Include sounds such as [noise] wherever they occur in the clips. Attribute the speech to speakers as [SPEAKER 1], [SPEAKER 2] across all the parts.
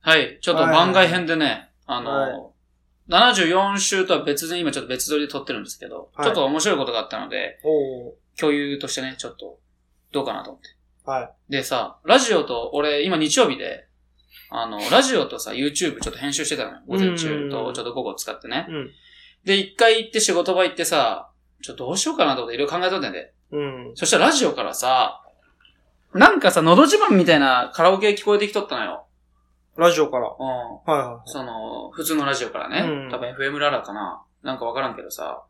[SPEAKER 1] はい。ちょっと番外編でね、あの、
[SPEAKER 2] はい
[SPEAKER 1] 74週とは別で、今ちょっと別撮りで撮ってるんですけど、
[SPEAKER 2] はい
[SPEAKER 1] ちょっと面白いことがあったので、
[SPEAKER 2] お
[SPEAKER 1] 共有としてね、ちょっと、どうかなと思って。
[SPEAKER 2] おはい。
[SPEAKER 1] でさ、ラジオと、俺、今日曜日で、あの、ラジオとさ、YouTube ちょっと編集してたのよ。午前中
[SPEAKER 2] う
[SPEAKER 1] と、
[SPEAKER 2] ん
[SPEAKER 1] ちょっと午後使ってね。
[SPEAKER 2] うん。
[SPEAKER 1] で、一回行って仕事場行ってさ、ちょっとどうしようかなと思っていろいろ考えとったんで。
[SPEAKER 2] うん。
[SPEAKER 1] そしたらラジオからさ、なんかさ、のど自慢みたいなカラオケ聞こえてきとったのよ。
[SPEAKER 2] ラジオから。は
[SPEAKER 1] うん。
[SPEAKER 2] いは
[SPEAKER 1] その、普通のラジオからね、
[SPEAKER 2] うん
[SPEAKER 1] 多分 FM ララかな、なんかわからんけどさ、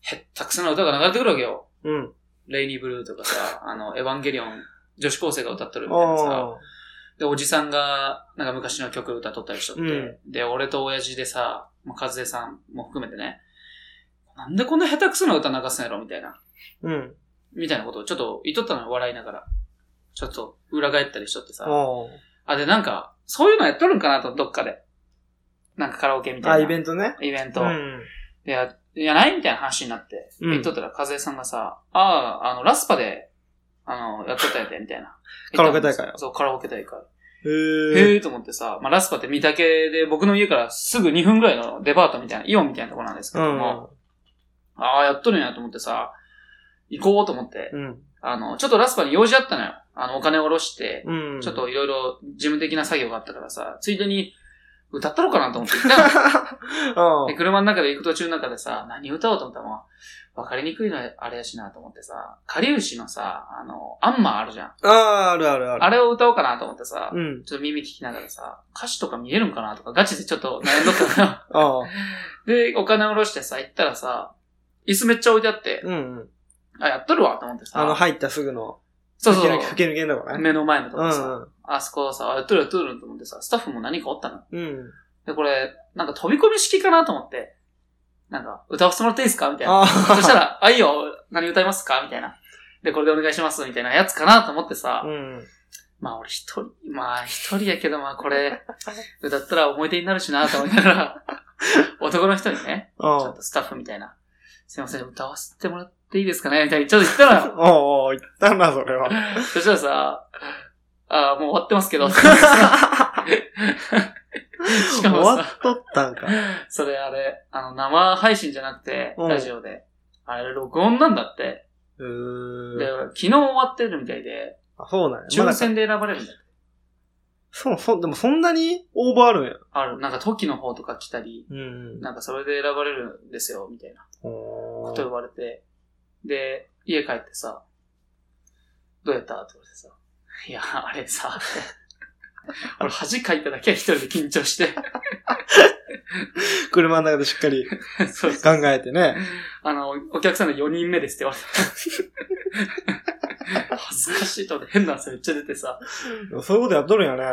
[SPEAKER 1] へったくさんの歌が流れてくるわけよ。
[SPEAKER 2] い。うん。
[SPEAKER 1] レイニーブルーとか
[SPEAKER 2] [laughs]
[SPEAKER 1] さ、あの、エヴァンゲリオン、女子高生が歌っとるみたいなさ、
[SPEAKER 2] あ
[SPEAKER 1] で、おじさんが、なんか昔の曲歌っとったりしとって、
[SPEAKER 2] う
[SPEAKER 1] で、俺と親父でさ、まあ、和江さんも含めてね、なんでこんな下手くそな歌流すんやろみたいな、
[SPEAKER 2] あ。うん。
[SPEAKER 1] みたいなことをちょっと言っとったのよ、笑いながら。ちょっと、裏返ったりしとって
[SPEAKER 2] あ
[SPEAKER 1] さ、あ、で、なんか、そういうのやっとるんかなと、どっかで。なんかカラオケみ
[SPEAKER 2] あ。
[SPEAKER 1] た
[SPEAKER 2] あ、
[SPEAKER 1] いな。
[SPEAKER 2] イベントね。
[SPEAKER 1] イベン
[SPEAKER 2] う
[SPEAKER 1] ト。
[SPEAKER 2] ん。
[SPEAKER 1] いや、いやないみたいな話になって、
[SPEAKER 2] うん。
[SPEAKER 1] 言っとったら、和江さんがさ、ああ、あの、ラスパで、あの、やっとったんやで、みたいな
[SPEAKER 2] [laughs] カラオケ大会を
[SPEAKER 1] そう、カラオケ大会。
[SPEAKER 2] へ
[SPEAKER 1] へ
[SPEAKER 2] え。
[SPEAKER 1] えーと思ってさ、まあ、ラスパって三宅で、僕の家からすぐ2分ぐらいのデパートみたいな、イオンみたいなところなんですけ
[SPEAKER 2] う
[SPEAKER 1] ど
[SPEAKER 2] ん
[SPEAKER 1] も、。ああ、やっとるんやと思ってさ、行こうと思って、
[SPEAKER 2] うん。
[SPEAKER 1] あの、ちょっとラスパに用事あったのよ。あの、お金を下ろして、
[SPEAKER 2] うん。
[SPEAKER 1] ちょっ。といろいろ事務的な作業があったからさ、ついでに歌ったろうかなと思って行ったの
[SPEAKER 2] あ
[SPEAKER 1] で、車の中で行く途中の中でさ、何歌おうと思ったらもう、わかりにくいのあれやしなと思ってさ、かりうしのさ、あの、アンマーあるじゃん。
[SPEAKER 2] あ。ああ、あるあるある。
[SPEAKER 1] あれを歌おうかなと思ってさ、
[SPEAKER 2] うん。
[SPEAKER 1] ちょっと耳聞きながらさ、歌詞とか見えるんかなとか、ガチでちょっと悩んどったの
[SPEAKER 2] [laughs]
[SPEAKER 1] よ
[SPEAKER 2] ああ。
[SPEAKER 1] で、お金下ろしてさ、行ったらさ、椅子めっちゃ置いてあって、
[SPEAKER 2] うんうん。
[SPEAKER 1] あ、やっとるわと思ってさ、
[SPEAKER 2] あの、入ったすぐの、
[SPEAKER 1] そうそう
[SPEAKER 2] 吹け抜けんだからね。
[SPEAKER 1] 目の前のと
[SPEAKER 2] う
[SPEAKER 1] こさ、
[SPEAKER 2] ん
[SPEAKER 1] あそこさ、あやっとるやっとると思ってさ、スタッフも何かおったの。
[SPEAKER 2] うん。うん。
[SPEAKER 1] で、これ、なんか飛び込み式かなと思って、なんか、歌わせてもらっていいですかみたいな。[laughs]
[SPEAKER 2] あ
[SPEAKER 1] そした
[SPEAKER 2] あ。
[SPEAKER 1] ら、あ、いいよ、何歌いますかみたいな。で、これでお願いします、みたいなやつかなと思ってさ、
[SPEAKER 2] うん。
[SPEAKER 1] まあ俺一人、まあ一人やけど、まあこれ、 [laughs] 歌ったら思い出になるしなと思いながら、 [laughs] 男の人にね、
[SPEAKER 2] あ
[SPEAKER 1] ちょ
[SPEAKER 2] あ
[SPEAKER 1] っ。とスタッフみたいな、すいません、歌わせてもらっていいですかねみたいにちょっと言ったら
[SPEAKER 2] [laughs]
[SPEAKER 1] よ、
[SPEAKER 2] おうおう、言ったな、それは。
[SPEAKER 1] そしたらさ、あもう終わってますけど、し [laughs] か
[SPEAKER 2] 終
[SPEAKER 1] も
[SPEAKER 2] わ
[SPEAKER 1] さ、
[SPEAKER 2] っとったんか。
[SPEAKER 1] それあれ、あの、生配信じゃなくて、
[SPEAKER 2] うん
[SPEAKER 1] ラジオで、あれ録音なんだって、
[SPEAKER 2] うー
[SPEAKER 1] で
[SPEAKER 2] ん。、
[SPEAKER 1] 昨日終わってるみたいで、
[SPEAKER 2] あそうなんや。ま
[SPEAKER 1] 抽
[SPEAKER 2] だか
[SPEAKER 1] 選で選ばれるんだって。
[SPEAKER 2] そう、そう、でもそんなに応募あるんや。
[SPEAKER 1] ある、なんか時の方とか来たり、
[SPEAKER 2] うん。
[SPEAKER 1] なんかそれで選ばれるんですよ、みたいな
[SPEAKER 2] お
[SPEAKER 1] こと言
[SPEAKER 2] ー
[SPEAKER 1] われて。で、家帰ってさ、どうやったって言われてさ、いや、あれさ、俺恥かいただけは一人で緊張して。
[SPEAKER 2] 車の中でしっかり
[SPEAKER 1] そう
[SPEAKER 2] 考えてね。
[SPEAKER 1] あの、お客さんの4人目ですって言われて。恥ずかしいと思って変な汗めっちゃ出てさ、
[SPEAKER 2] でもそういうことやっとるんや
[SPEAKER 1] うん、
[SPEAKER 2] ね。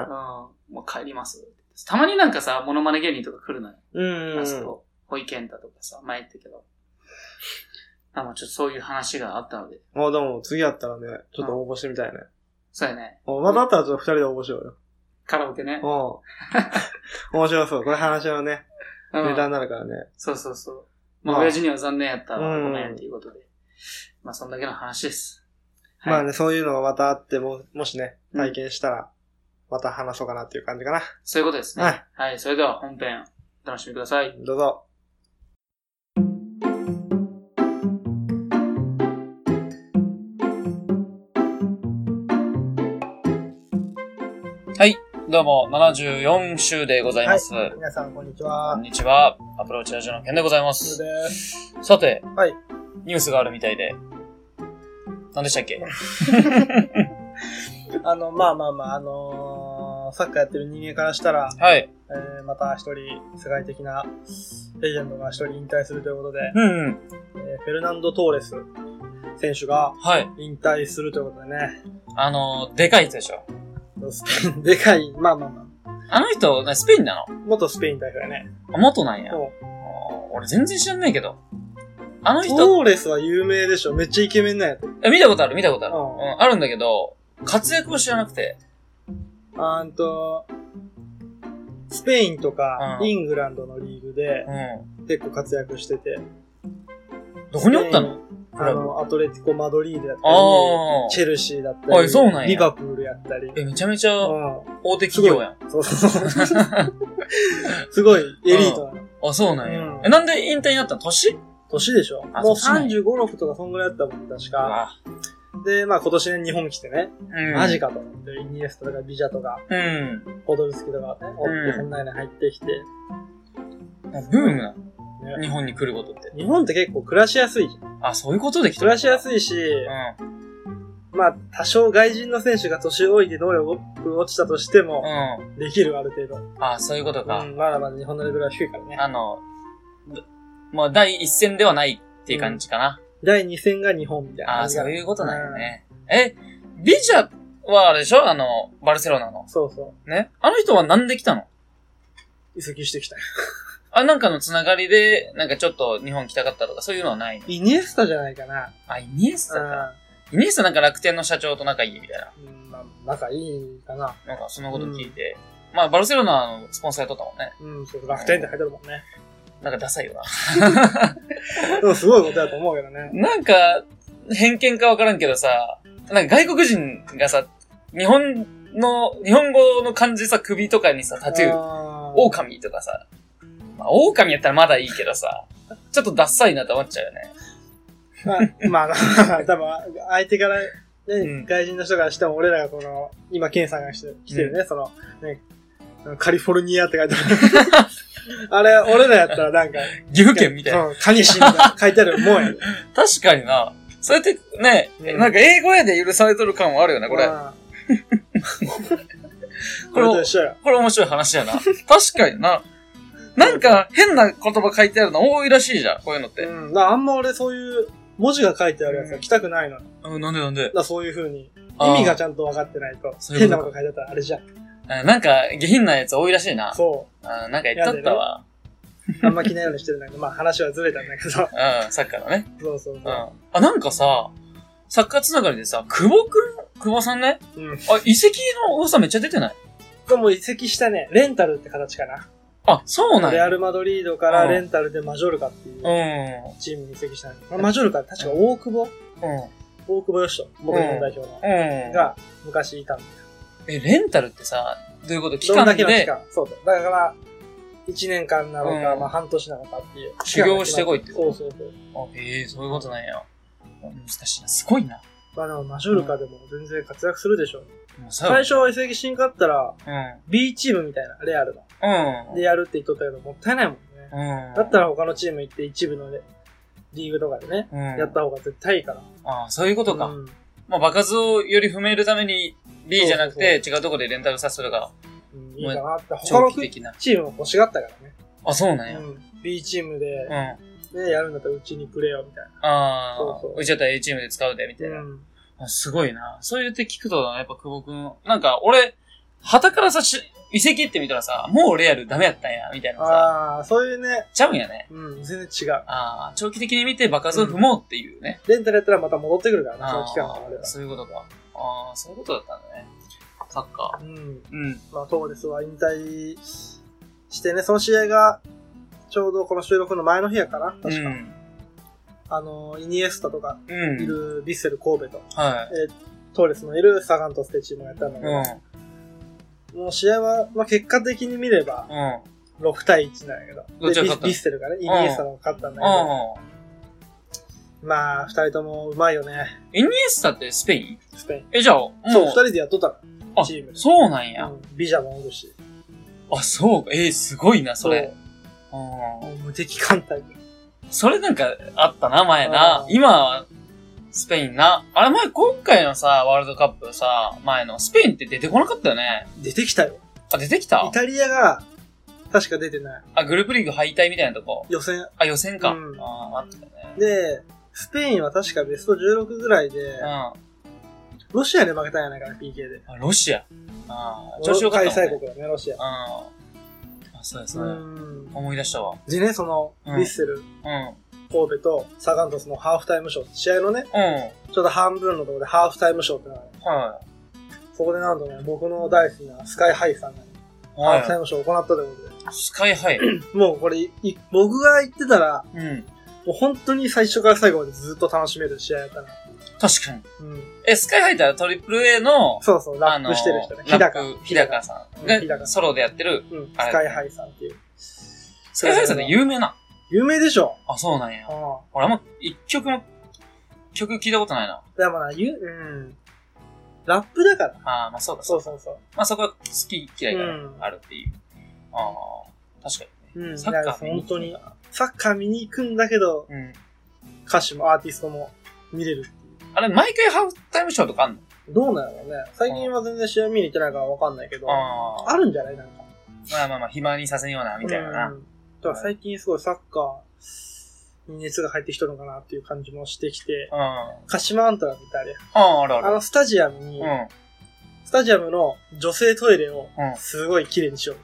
[SPEAKER 1] もう帰ります。たまになんかさ、モノマネ芸人とか来るのよ。
[SPEAKER 2] うん。
[SPEAKER 1] あそこ、保育園だとかさ、前言ったけど。あ、もうちょっとそういう話があったので。
[SPEAKER 2] あ、でも次やったらね、ちょっと応募してみたいね。
[SPEAKER 1] そうやね。
[SPEAKER 2] おまたあったらちょっと二人で応募しようよ。
[SPEAKER 1] カラオケね。
[SPEAKER 2] うん。面白そう。これ話のね、
[SPEAKER 1] うん
[SPEAKER 2] ネタになるからね。
[SPEAKER 1] そうそうそう。まあ、
[SPEAKER 2] まあ
[SPEAKER 1] 親父には残念やったわ。
[SPEAKER 2] うん
[SPEAKER 1] ごめんっていうことで。まあ、そんだけの話です。はい
[SPEAKER 2] まあね、そういうのがまたあって、も、もしね、
[SPEAKER 1] うん
[SPEAKER 2] 体験したら、また話そうかなっていう感じかな。
[SPEAKER 1] そういうことですね。
[SPEAKER 2] は
[SPEAKER 1] はいい。それでは本編、お楽しみください。
[SPEAKER 2] どうぞ。
[SPEAKER 1] どうも、74週でございます。
[SPEAKER 2] 皆さん、こんにち
[SPEAKER 1] こ
[SPEAKER 2] は
[SPEAKER 1] ん。にちは。アプローチラジオの件でございま
[SPEAKER 2] ゆう
[SPEAKER 1] す。
[SPEAKER 2] です。
[SPEAKER 1] さて、
[SPEAKER 2] はい
[SPEAKER 1] ニュースがあるみたいで。何でしたっけ
[SPEAKER 2] あの、まあまあまあ、あのーサッカーやってる人間からしたら、
[SPEAKER 1] はい。
[SPEAKER 2] えーまた一人、世界的なレジェンドが一人引退するということで、
[SPEAKER 1] うんうん。
[SPEAKER 2] えーフェルナンド・トーレス選手が
[SPEAKER 1] はい。
[SPEAKER 2] 引退するということでね、
[SPEAKER 1] あの、でかいやつでしょ。
[SPEAKER 2] スペイン、でかい、まあまあま
[SPEAKER 1] あの人、ねスペインなの
[SPEAKER 2] あ、元スペイン代表やね。
[SPEAKER 1] あ元なんや。あ
[SPEAKER 2] そ
[SPEAKER 1] ー俺全然知らんないけど。あの
[SPEAKER 2] う
[SPEAKER 1] 人、
[SPEAKER 2] トーレスは有名でしょ。めっちゃイケメンなんやつ。
[SPEAKER 1] え見たことある、見たことある。
[SPEAKER 2] う
[SPEAKER 1] うんん、あるんだけど、活躍を知らなくて。
[SPEAKER 2] あーんと、スペインとか、
[SPEAKER 1] うん
[SPEAKER 2] イングランドのリーグで
[SPEAKER 1] うん。
[SPEAKER 2] 結構活躍してて。
[SPEAKER 1] どこにおったの
[SPEAKER 2] スペインあの、アトレティコ・マドリードやった
[SPEAKER 1] あ
[SPEAKER 2] り、
[SPEAKER 1] あ。
[SPEAKER 2] チェルシーだったり、
[SPEAKER 1] はいそうなんや
[SPEAKER 2] リバプールやったり。
[SPEAKER 1] え、めちゃめちゃ
[SPEAKER 2] う
[SPEAKER 1] 大手企業やん。
[SPEAKER 2] ん。そうそう [laughs] そう。すごいエリートなの。
[SPEAKER 1] [laughs] あ、そうなんや。
[SPEAKER 2] うん
[SPEAKER 1] え、なんで引退になったの年
[SPEAKER 2] 年でしょも
[SPEAKER 1] あ
[SPEAKER 2] う
[SPEAKER 1] 年なん
[SPEAKER 2] 35、6とかそんぐらいだったもん、確か。
[SPEAKER 1] あ、
[SPEAKER 2] で、まあ今年ね、日本来てね、
[SPEAKER 1] うん。
[SPEAKER 2] マジかと思って、イニエスタとかビジャとか、
[SPEAKER 1] うん。
[SPEAKER 2] ポドルスキとかね、おって、
[SPEAKER 1] うん
[SPEAKER 2] こんなに入ってきて。
[SPEAKER 1] ブームなの。
[SPEAKER 2] ね
[SPEAKER 1] 日本に来ることって。
[SPEAKER 2] 日本って結構暮らしやすいじゃん。
[SPEAKER 1] あ、そういうことで来た
[SPEAKER 2] 暮らしや
[SPEAKER 1] い。
[SPEAKER 2] すいし、
[SPEAKER 1] うん。
[SPEAKER 2] まあ、多少外人の選手が年老いて能力落ちたとしても、
[SPEAKER 1] う
[SPEAKER 2] できるある程度。
[SPEAKER 1] ん。あ、そういうことか。
[SPEAKER 2] うん、まだまだ日本のレベルは低いからね。
[SPEAKER 1] あの、どまあ、第一線ではないっていう感じかな。
[SPEAKER 2] 第2戦が日本みたいな
[SPEAKER 1] あ
[SPEAKER 2] 感
[SPEAKER 1] あ、
[SPEAKER 2] じ
[SPEAKER 1] そ
[SPEAKER 2] が
[SPEAKER 1] ういうことなんよね。え、ビジャはあれでしょあの、バルセロナの。
[SPEAKER 2] そうそ
[SPEAKER 1] ね。あの人はなんで来たの
[SPEAKER 2] う。移籍してきたよ。
[SPEAKER 1] あ、なんかのつながりで、なんかちょっと日本来たかったとか、そういうのはないの
[SPEAKER 2] イニエスタじゃないかな。
[SPEAKER 1] あ、イニエスタか。イニエスタなんか楽天の社長と仲いいみたいな。
[SPEAKER 2] うん。うんまあ、仲いいかな。
[SPEAKER 1] なんかそのこと聞いて。まあ、バルセロナのスポンサーやっとったもんね。
[SPEAKER 2] うん、そうそう楽天って入ってるもんね。
[SPEAKER 1] なんかダサいよな。
[SPEAKER 2] でもすごいことだと思うけどね。
[SPEAKER 1] なんか、偏見かわからんけどさ、なんか外国人がさ、日本の、日本語の漢字さ、首とかにさ、タトゥー、
[SPEAKER 2] あー
[SPEAKER 1] 狼とかさ、まあ、狼やったらまだいいけどさ、ちょっとダッサいなと思っちゃうよね。
[SPEAKER 2] まあ、まあ、多分、相手から、ね、
[SPEAKER 1] うん
[SPEAKER 2] 外人の人からしても、俺らがこの、今、ケンさんがして来てるね、その、ね、カリフォルニアって書いてある。 [laughs] あれ、俺らやったらなんか、
[SPEAKER 1] 岐阜県みたいな。
[SPEAKER 2] うん。カニシみたいな書いてあるもん [laughs] やね。
[SPEAKER 1] 確かにな。そうやってね、
[SPEAKER 2] うん
[SPEAKER 1] なんか英語やで許されとる感はあるよね、これ。
[SPEAKER 2] うん。これと一緒よ。
[SPEAKER 1] これ面白い話やな。確かにな。なんか変な言葉書いてあるの多いらしいじゃん、こういうのっ
[SPEAKER 2] う
[SPEAKER 1] て。
[SPEAKER 2] ん。だからあんま俺そういう、文字が書いてあるやつが来たくないの。だか
[SPEAKER 1] うん、なんでなんで。
[SPEAKER 2] らそういう風に、
[SPEAKER 1] あー
[SPEAKER 2] 意味がちゃんと分かってないと、
[SPEAKER 1] そういう
[SPEAKER 2] 変
[SPEAKER 1] こ
[SPEAKER 2] な
[SPEAKER 1] と
[SPEAKER 2] こと書いてあったらあれじゃん。
[SPEAKER 1] あなんか下品なやつ多いらしいな。
[SPEAKER 2] そ
[SPEAKER 1] あなんか言っとったわ。
[SPEAKER 2] う。あんま着ないようにしてるんだけど、まあ話はずれたん
[SPEAKER 1] [laughs]
[SPEAKER 2] だけど。そう
[SPEAKER 1] うん、サッカーのね。
[SPEAKER 2] そうそう
[SPEAKER 1] うん。。あ、なんかさ、サッカーつながりでさ、久保くん久保さんね。
[SPEAKER 2] うん
[SPEAKER 1] あ、遺跡の多さめっちゃ出てない
[SPEAKER 2] でも移籍したね、レンタルって形かな。
[SPEAKER 1] あ、そうなん
[SPEAKER 2] レ
[SPEAKER 1] や。。
[SPEAKER 2] アル・マドリードからレンタルでマジョルカっていううんチームに移籍したのまあマジョルカ確か大久保
[SPEAKER 1] うん。
[SPEAKER 2] 大久保よしと、僕の代表の。
[SPEAKER 1] うん。
[SPEAKER 2] が昔いたんだよ。
[SPEAKER 1] え、レンタルってさ、どういうこと期
[SPEAKER 2] どん
[SPEAKER 1] 間
[SPEAKER 2] だけの期
[SPEAKER 1] で
[SPEAKER 2] 間。そうだ。だから、1年間なのか、
[SPEAKER 1] うん
[SPEAKER 2] まあ半年なのかっていう。
[SPEAKER 1] 修行してこいって
[SPEAKER 2] そうそうそう。
[SPEAKER 1] あええそういうことなんや。難しいな。すごいな。
[SPEAKER 2] まあでもマジョルカでも全然活躍するでしょ。
[SPEAKER 1] もうさ、
[SPEAKER 2] 最初は移籍しんかったら、
[SPEAKER 1] うん。
[SPEAKER 2] B チームみたいな、レアルの。
[SPEAKER 1] うん。
[SPEAKER 2] でやるって言っとったけど、もったいないもんね。
[SPEAKER 1] うん。
[SPEAKER 2] だったら他のチーム行って一部のねリーグとかでね、
[SPEAKER 1] うん。
[SPEAKER 2] やった方が絶対いいから。
[SPEAKER 1] ああ、そういうことか。
[SPEAKER 2] ん
[SPEAKER 1] まあ、場数をより踏めるために、B じゃなくて、違うところでレンタルさせるが、
[SPEAKER 2] うんいいかなって。他
[SPEAKER 1] 長
[SPEAKER 2] の
[SPEAKER 1] 期的な。
[SPEAKER 2] チームも欲しがったからね。
[SPEAKER 1] あ、そうなんや。うん。
[SPEAKER 2] うん、B チームで、
[SPEAKER 1] あ
[SPEAKER 2] ね、やるんだったらうちにくれよ、みたい
[SPEAKER 1] あ
[SPEAKER 2] そうそう
[SPEAKER 1] ー、うちだったら A チームで使うで、みたい
[SPEAKER 2] な。
[SPEAKER 1] な。
[SPEAKER 2] うん
[SPEAKER 1] あすごいな。そう言って聞くと、やっぱ久保くん、なんか俺、旗からさ、し遺跡って見たらさ、もうレアルダメやったんや、みたいなのさ、
[SPEAKER 2] ああ、そういうね、
[SPEAKER 1] ちゃうんやね。
[SPEAKER 2] うん、全然違う。
[SPEAKER 1] ああ、長期的に見て場数を踏もうっていうね。
[SPEAKER 2] レンタルやったらまた戻ってくるからね、そ
[SPEAKER 1] あ
[SPEAKER 2] の期間
[SPEAKER 1] あ
[SPEAKER 2] はあれは
[SPEAKER 1] ー、。そういうことか。ああ、そういうことだったんだね。サッカ
[SPEAKER 2] うん。
[SPEAKER 1] ー。うん。
[SPEAKER 2] まあ、トーレスは引退してね、その試合が、ちょうどこの収録の前の日やから、確か。
[SPEAKER 1] うん。
[SPEAKER 2] あの、イニエスタとか
[SPEAKER 1] うん。
[SPEAKER 2] いるヴィッセル神戸と、
[SPEAKER 1] はい。
[SPEAKER 2] えートーレスのいるサガン鳥栖ってチームがやったんだけ
[SPEAKER 1] うん。
[SPEAKER 2] ど、もう試合は、まあ、結果的に見れば、
[SPEAKER 1] うん。
[SPEAKER 2] 6対1なんやけど、
[SPEAKER 1] どっち
[SPEAKER 2] で
[SPEAKER 1] が
[SPEAKER 2] ヴィ
[SPEAKER 1] 勝ったの
[SPEAKER 2] ヴィッセルがね、イニエスタの方が勝ったんだけど、
[SPEAKER 1] う
[SPEAKER 2] まあ、二人ともうまいよね、
[SPEAKER 1] ん。イニエスタってスペイン
[SPEAKER 2] スペイン。
[SPEAKER 1] え、じゃあ、も
[SPEAKER 2] そう、二人でやっとったか
[SPEAKER 1] あ
[SPEAKER 2] ら、チームで。
[SPEAKER 1] そうなんや。
[SPEAKER 2] うんビジャもおるし。
[SPEAKER 1] あ、そう。えーすごいな、それ。
[SPEAKER 2] そう。
[SPEAKER 1] う
[SPEAKER 2] もう無敵艦隊。
[SPEAKER 1] ん。それなんか、あったな、前な
[SPEAKER 2] う。ん
[SPEAKER 1] 今は、スペインな。あれ前、今回のさ、ワールドカップさ、前の、スペインって出てこなかったよね。
[SPEAKER 2] 出てきたよ。
[SPEAKER 1] あ、出てき
[SPEAKER 2] イ
[SPEAKER 1] た
[SPEAKER 2] タリアが、確か出てない。
[SPEAKER 1] あ、グループリーグ敗退みたいなとこ。
[SPEAKER 2] 予選。
[SPEAKER 1] あ、予選か。
[SPEAKER 2] うん
[SPEAKER 1] あーあったよね。
[SPEAKER 2] で、スペインは確かベスト16ぐらいで
[SPEAKER 1] う、ん。あ、
[SPEAKER 2] ロシアで負けたんやないかな、PK で。
[SPEAKER 1] ロシア。あー調子よかったもん、ね。
[SPEAKER 2] 開催国だね、ロシア。
[SPEAKER 1] ああ、そうや、そううや。
[SPEAKER 2] ん。
[SPEAKER 1] 思い出したわ。
[SPEAKER 2] でね、その、
[SPEAKER 1] う
[SPEAKER 2] ヴ
[SPEAKER 1] ん
[SPEAKER 2] ィッセル、
[SPEAKER 1] うん。うん。
[SPEAKER 2] 神戸とサガン鳥栖のハーフタイムショー、試合のね、ちょうど半分のところでハーフタイムショーってのがある
[SPEAKER 1] は
[SPEAKER 2] そこでなんとね、僕の大好きなスカイハイさんがね、
[SPEAKER 1] い。
[SPEAKER 2] ハーフタイ
[SPEAKER 1] は
[SPEAKER 2] ムショーを行ったということ
[SPEAKER 1] い。スカイハイ。
[SPEAKER 2] で、もうこれ、い僕が行ってたら、
[SPEAKER 1] うん。
[SPEAKER 2] もう本当に最初から最後までずっと楽しめる試合やったな。
[SPEAKER 1] 確かに。
[SPEAKER 2] うん。
[SPEAKER 1] え、スカイハイタートリプル a の、
[SPEAKER 2] そうそう、ラップしてる人ね。
[SPEAKER 1] あの
[SPEAKER 2] 日
[SPEAKER 1] ラッ
[SPEAKER 2] 高
[SPEAKER 1] プ、。日高さん
[SPEAKER 2] うん日高
[SPEAKER 1] がソロでやってる、
[SPEAKER 2] うん、ス
[SPEAKER 1] あれ
[SPEAKER 2] カイハイさんっていう。
[SPEAKER 1] スカイハイターで有名な。
[SPEAKER 2] 有名でしょ
[SPEAKER 1] あ、そうなんや
[SPEAKER 2] う。ん。
[SPEAKER 1] 俺あんま一曲も、曲聞いたことないな。
[SPEAKER 2] でもな、ゆ、うん。ラップだから。
[SPEAKER 1] ああ、まあそうだ。
[SPEAKER 2] そうそうそう。
[SPEAKER 1] まあそこは好き嫌いが
[SPEAKER 2] うん
[SPEAKER 1] あるっていう。ああ、確かにね。
[SPEAKER 2] うん。
[SPEAKER 1] サ
[SPEAKER 2] だ
[SPEAKER 1] ッ
[SPEAKER 2] か
[SPEAKER 1] カ
[SPEAKER 2] ら
[SPEAKER 1] ー見に
[SPEAKER 2] 本
[SPEAKER 1] 行く
[SPEAKER 2] 当に、サッカー見に行くんだけど、
[SPEAKER 1] うん。
[SPEAKER 2] 歌手もアーティストも見れる。
[SPEAKER 1] あれ、毎回ハーフタイムショーとかあんの
[SPEAKER 2] どうなのね。最近は全然試合見に行ってないからわかんないけど、あ
[SPEAKER 1] ああ。
[SPEAKER 2] るんじゃないなんか。
[SPEAKER 1] まあまあまあ、暇にさせんような、みたいな
[SPEAKER 2] う
[SPEAKER 1] な。
[SPEAKER 2] んだから最近すごいサッカーに熱が入ってきとるのかなっていう感じもしてきて、
[SPEAKER 1] うん。あ
[SPEAKER 2] 鹿島アントラーってあれ、
[SPEAKER 1] あ、あるあ
[SPEAKER 2] あ
[SPEAKER 1] る。
[SPEAKER 2] のスタジアムに、
[SPEAKER 1] うん。
[SPEAKER 2] スタジアムの女性トイレを
[SPEAKER 1] うん
[SPEAKER 2] すごい綺麗にしよう。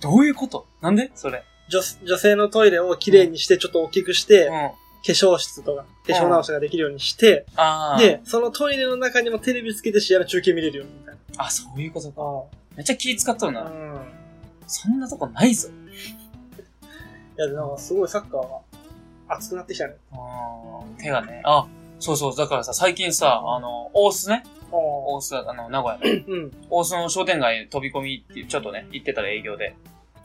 [SPEAKER 1] どういうことなんでそれ。
[SPEAKER 2] 女女性のトイレを綺麗にしてちょっと大きくして、
[SPEAKER 1] うん。
[SPEAKER 2] 化
[SPEAKER 1] あ
[SPEAKER 2] 粧室とか化粧直しができるようにして、
[SPEAKER 1] あ。
[SPEAKER 2] で、、そのトイレの中にもテレビつけて試合の中継見れるようにみたいな。
[SPEAKER 1] あ、そういうことか。
[SPEAKER 2] あ
[SPEAKER 1] めっちゃ気使っとる
[SPEAKER 2] あ。う
[SPEAKER 1] な。
[SPEAKER 2] ん。
[SPEAKER 1] そんなとこないぞ。
[SPEAKER 2] いや、でなんかすごいサッカーが熱くなってきたね。
[SPEAKER 1] あー手がね。あ、そうそう。だからさ、最近さ、あの、大須ね。
[SPEAKER 2] ああ。
[SPEAKER 1] 大須、あの、名古屋の。
[SPEAKER 2] うん。
[SPEAKER 1] 大須の商店街飛び込みっていう、ちょっとね、行ってたら営業で。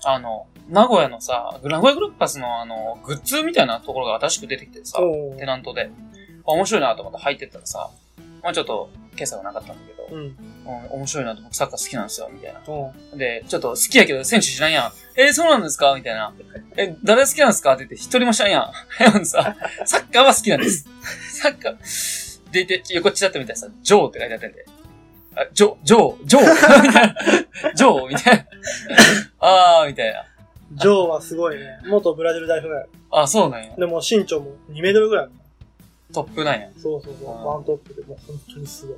[SPEAKER 1] あの、名古屋のさ、名古屋グループパスのあの、グッズみたいなところが新しく出てきてさ、
[SPEAKER 2] お
[SPEAKER 1] テ
[SPEAKER 2] ー
[SPEAKER 1] ナントで。あ面白いなと思って入ってったらさ、まあちょっと、今朝はなかったんだけど、
[SPEAKER 2] う
[SPEAKER 1] う
[SPEAKER 2] ん。
[SPEAKER 1] ん、面白いなと僕サッカー好きなんですよ、みたいな。
[SPEAKER 2] うん。
[SPEAKER 1] で、ちょっと好きやけど選手知らんやん。えーそうなんですかみたいな。え、誰好きなんですかって言って、一人も知らんやん。え、ほんで [laughs] さ、サッカーは好きなんです。 [laughs] サッカー。でいて、横っちだったみたいなさ、ジョーって書いてあったんで。あ、ジョ、ジョー、ジョーみたいなジョーみ [laughs] たいな。あー、みたいな。
[SPEAKER 2] ジョーはすごいね。元ブラジル代表だよ。
[SPEAKER 1] あ、そうなんや。
[SPEAKER 2] でも身長も2メートルぐらいある。
[SPEAKER 1] トップなんや。
[SPEAKER 2] そうそうそう。
[SPEAKER 1] あー
[SPEAKER 2] ワントップでもう本当にすごい。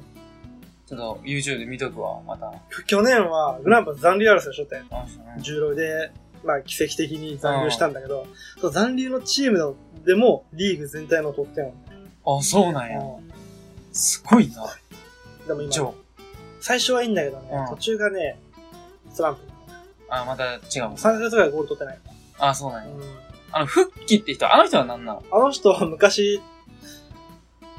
[SPEAKER 1] ちょっと YouTube で見とくわ、また。
[SPEAKER 2] 去年はグランプリ残留争いしとったよ。
[SPEAKER 1] あそうなん
[SPEAKER 2] 16で、まあ奇跡的に残留したんだけど、その残留のチームでもリーグ全体の得点を。
[SPEAKER 1] あ、そうなんや。
[SPEAKER 2] うん
[SPEAKER 1] すごいな。
[SPEAKER 2] でも今
[SPEAKER 1] ジ、ョー。
[SPEAKER 2] 最初はいいんだけどね
[SPEAKER 1] うん、
[SPEAKER 2] 途中がね、スランプ。
[SPEAKER 1] あ、また違うもん。
[SPEAKER 2] 3ヶ月ぐらいゴール取ってない。
[SPEAKER 1] あ、そうなん
[SPEAKER 2] う
[SPEAKER 1] や。
[SPEAKER 2] ん
[SPEAKER 1] あの、復帰って人、あの人は何なの
[SPEAKER 2] あの人は昔、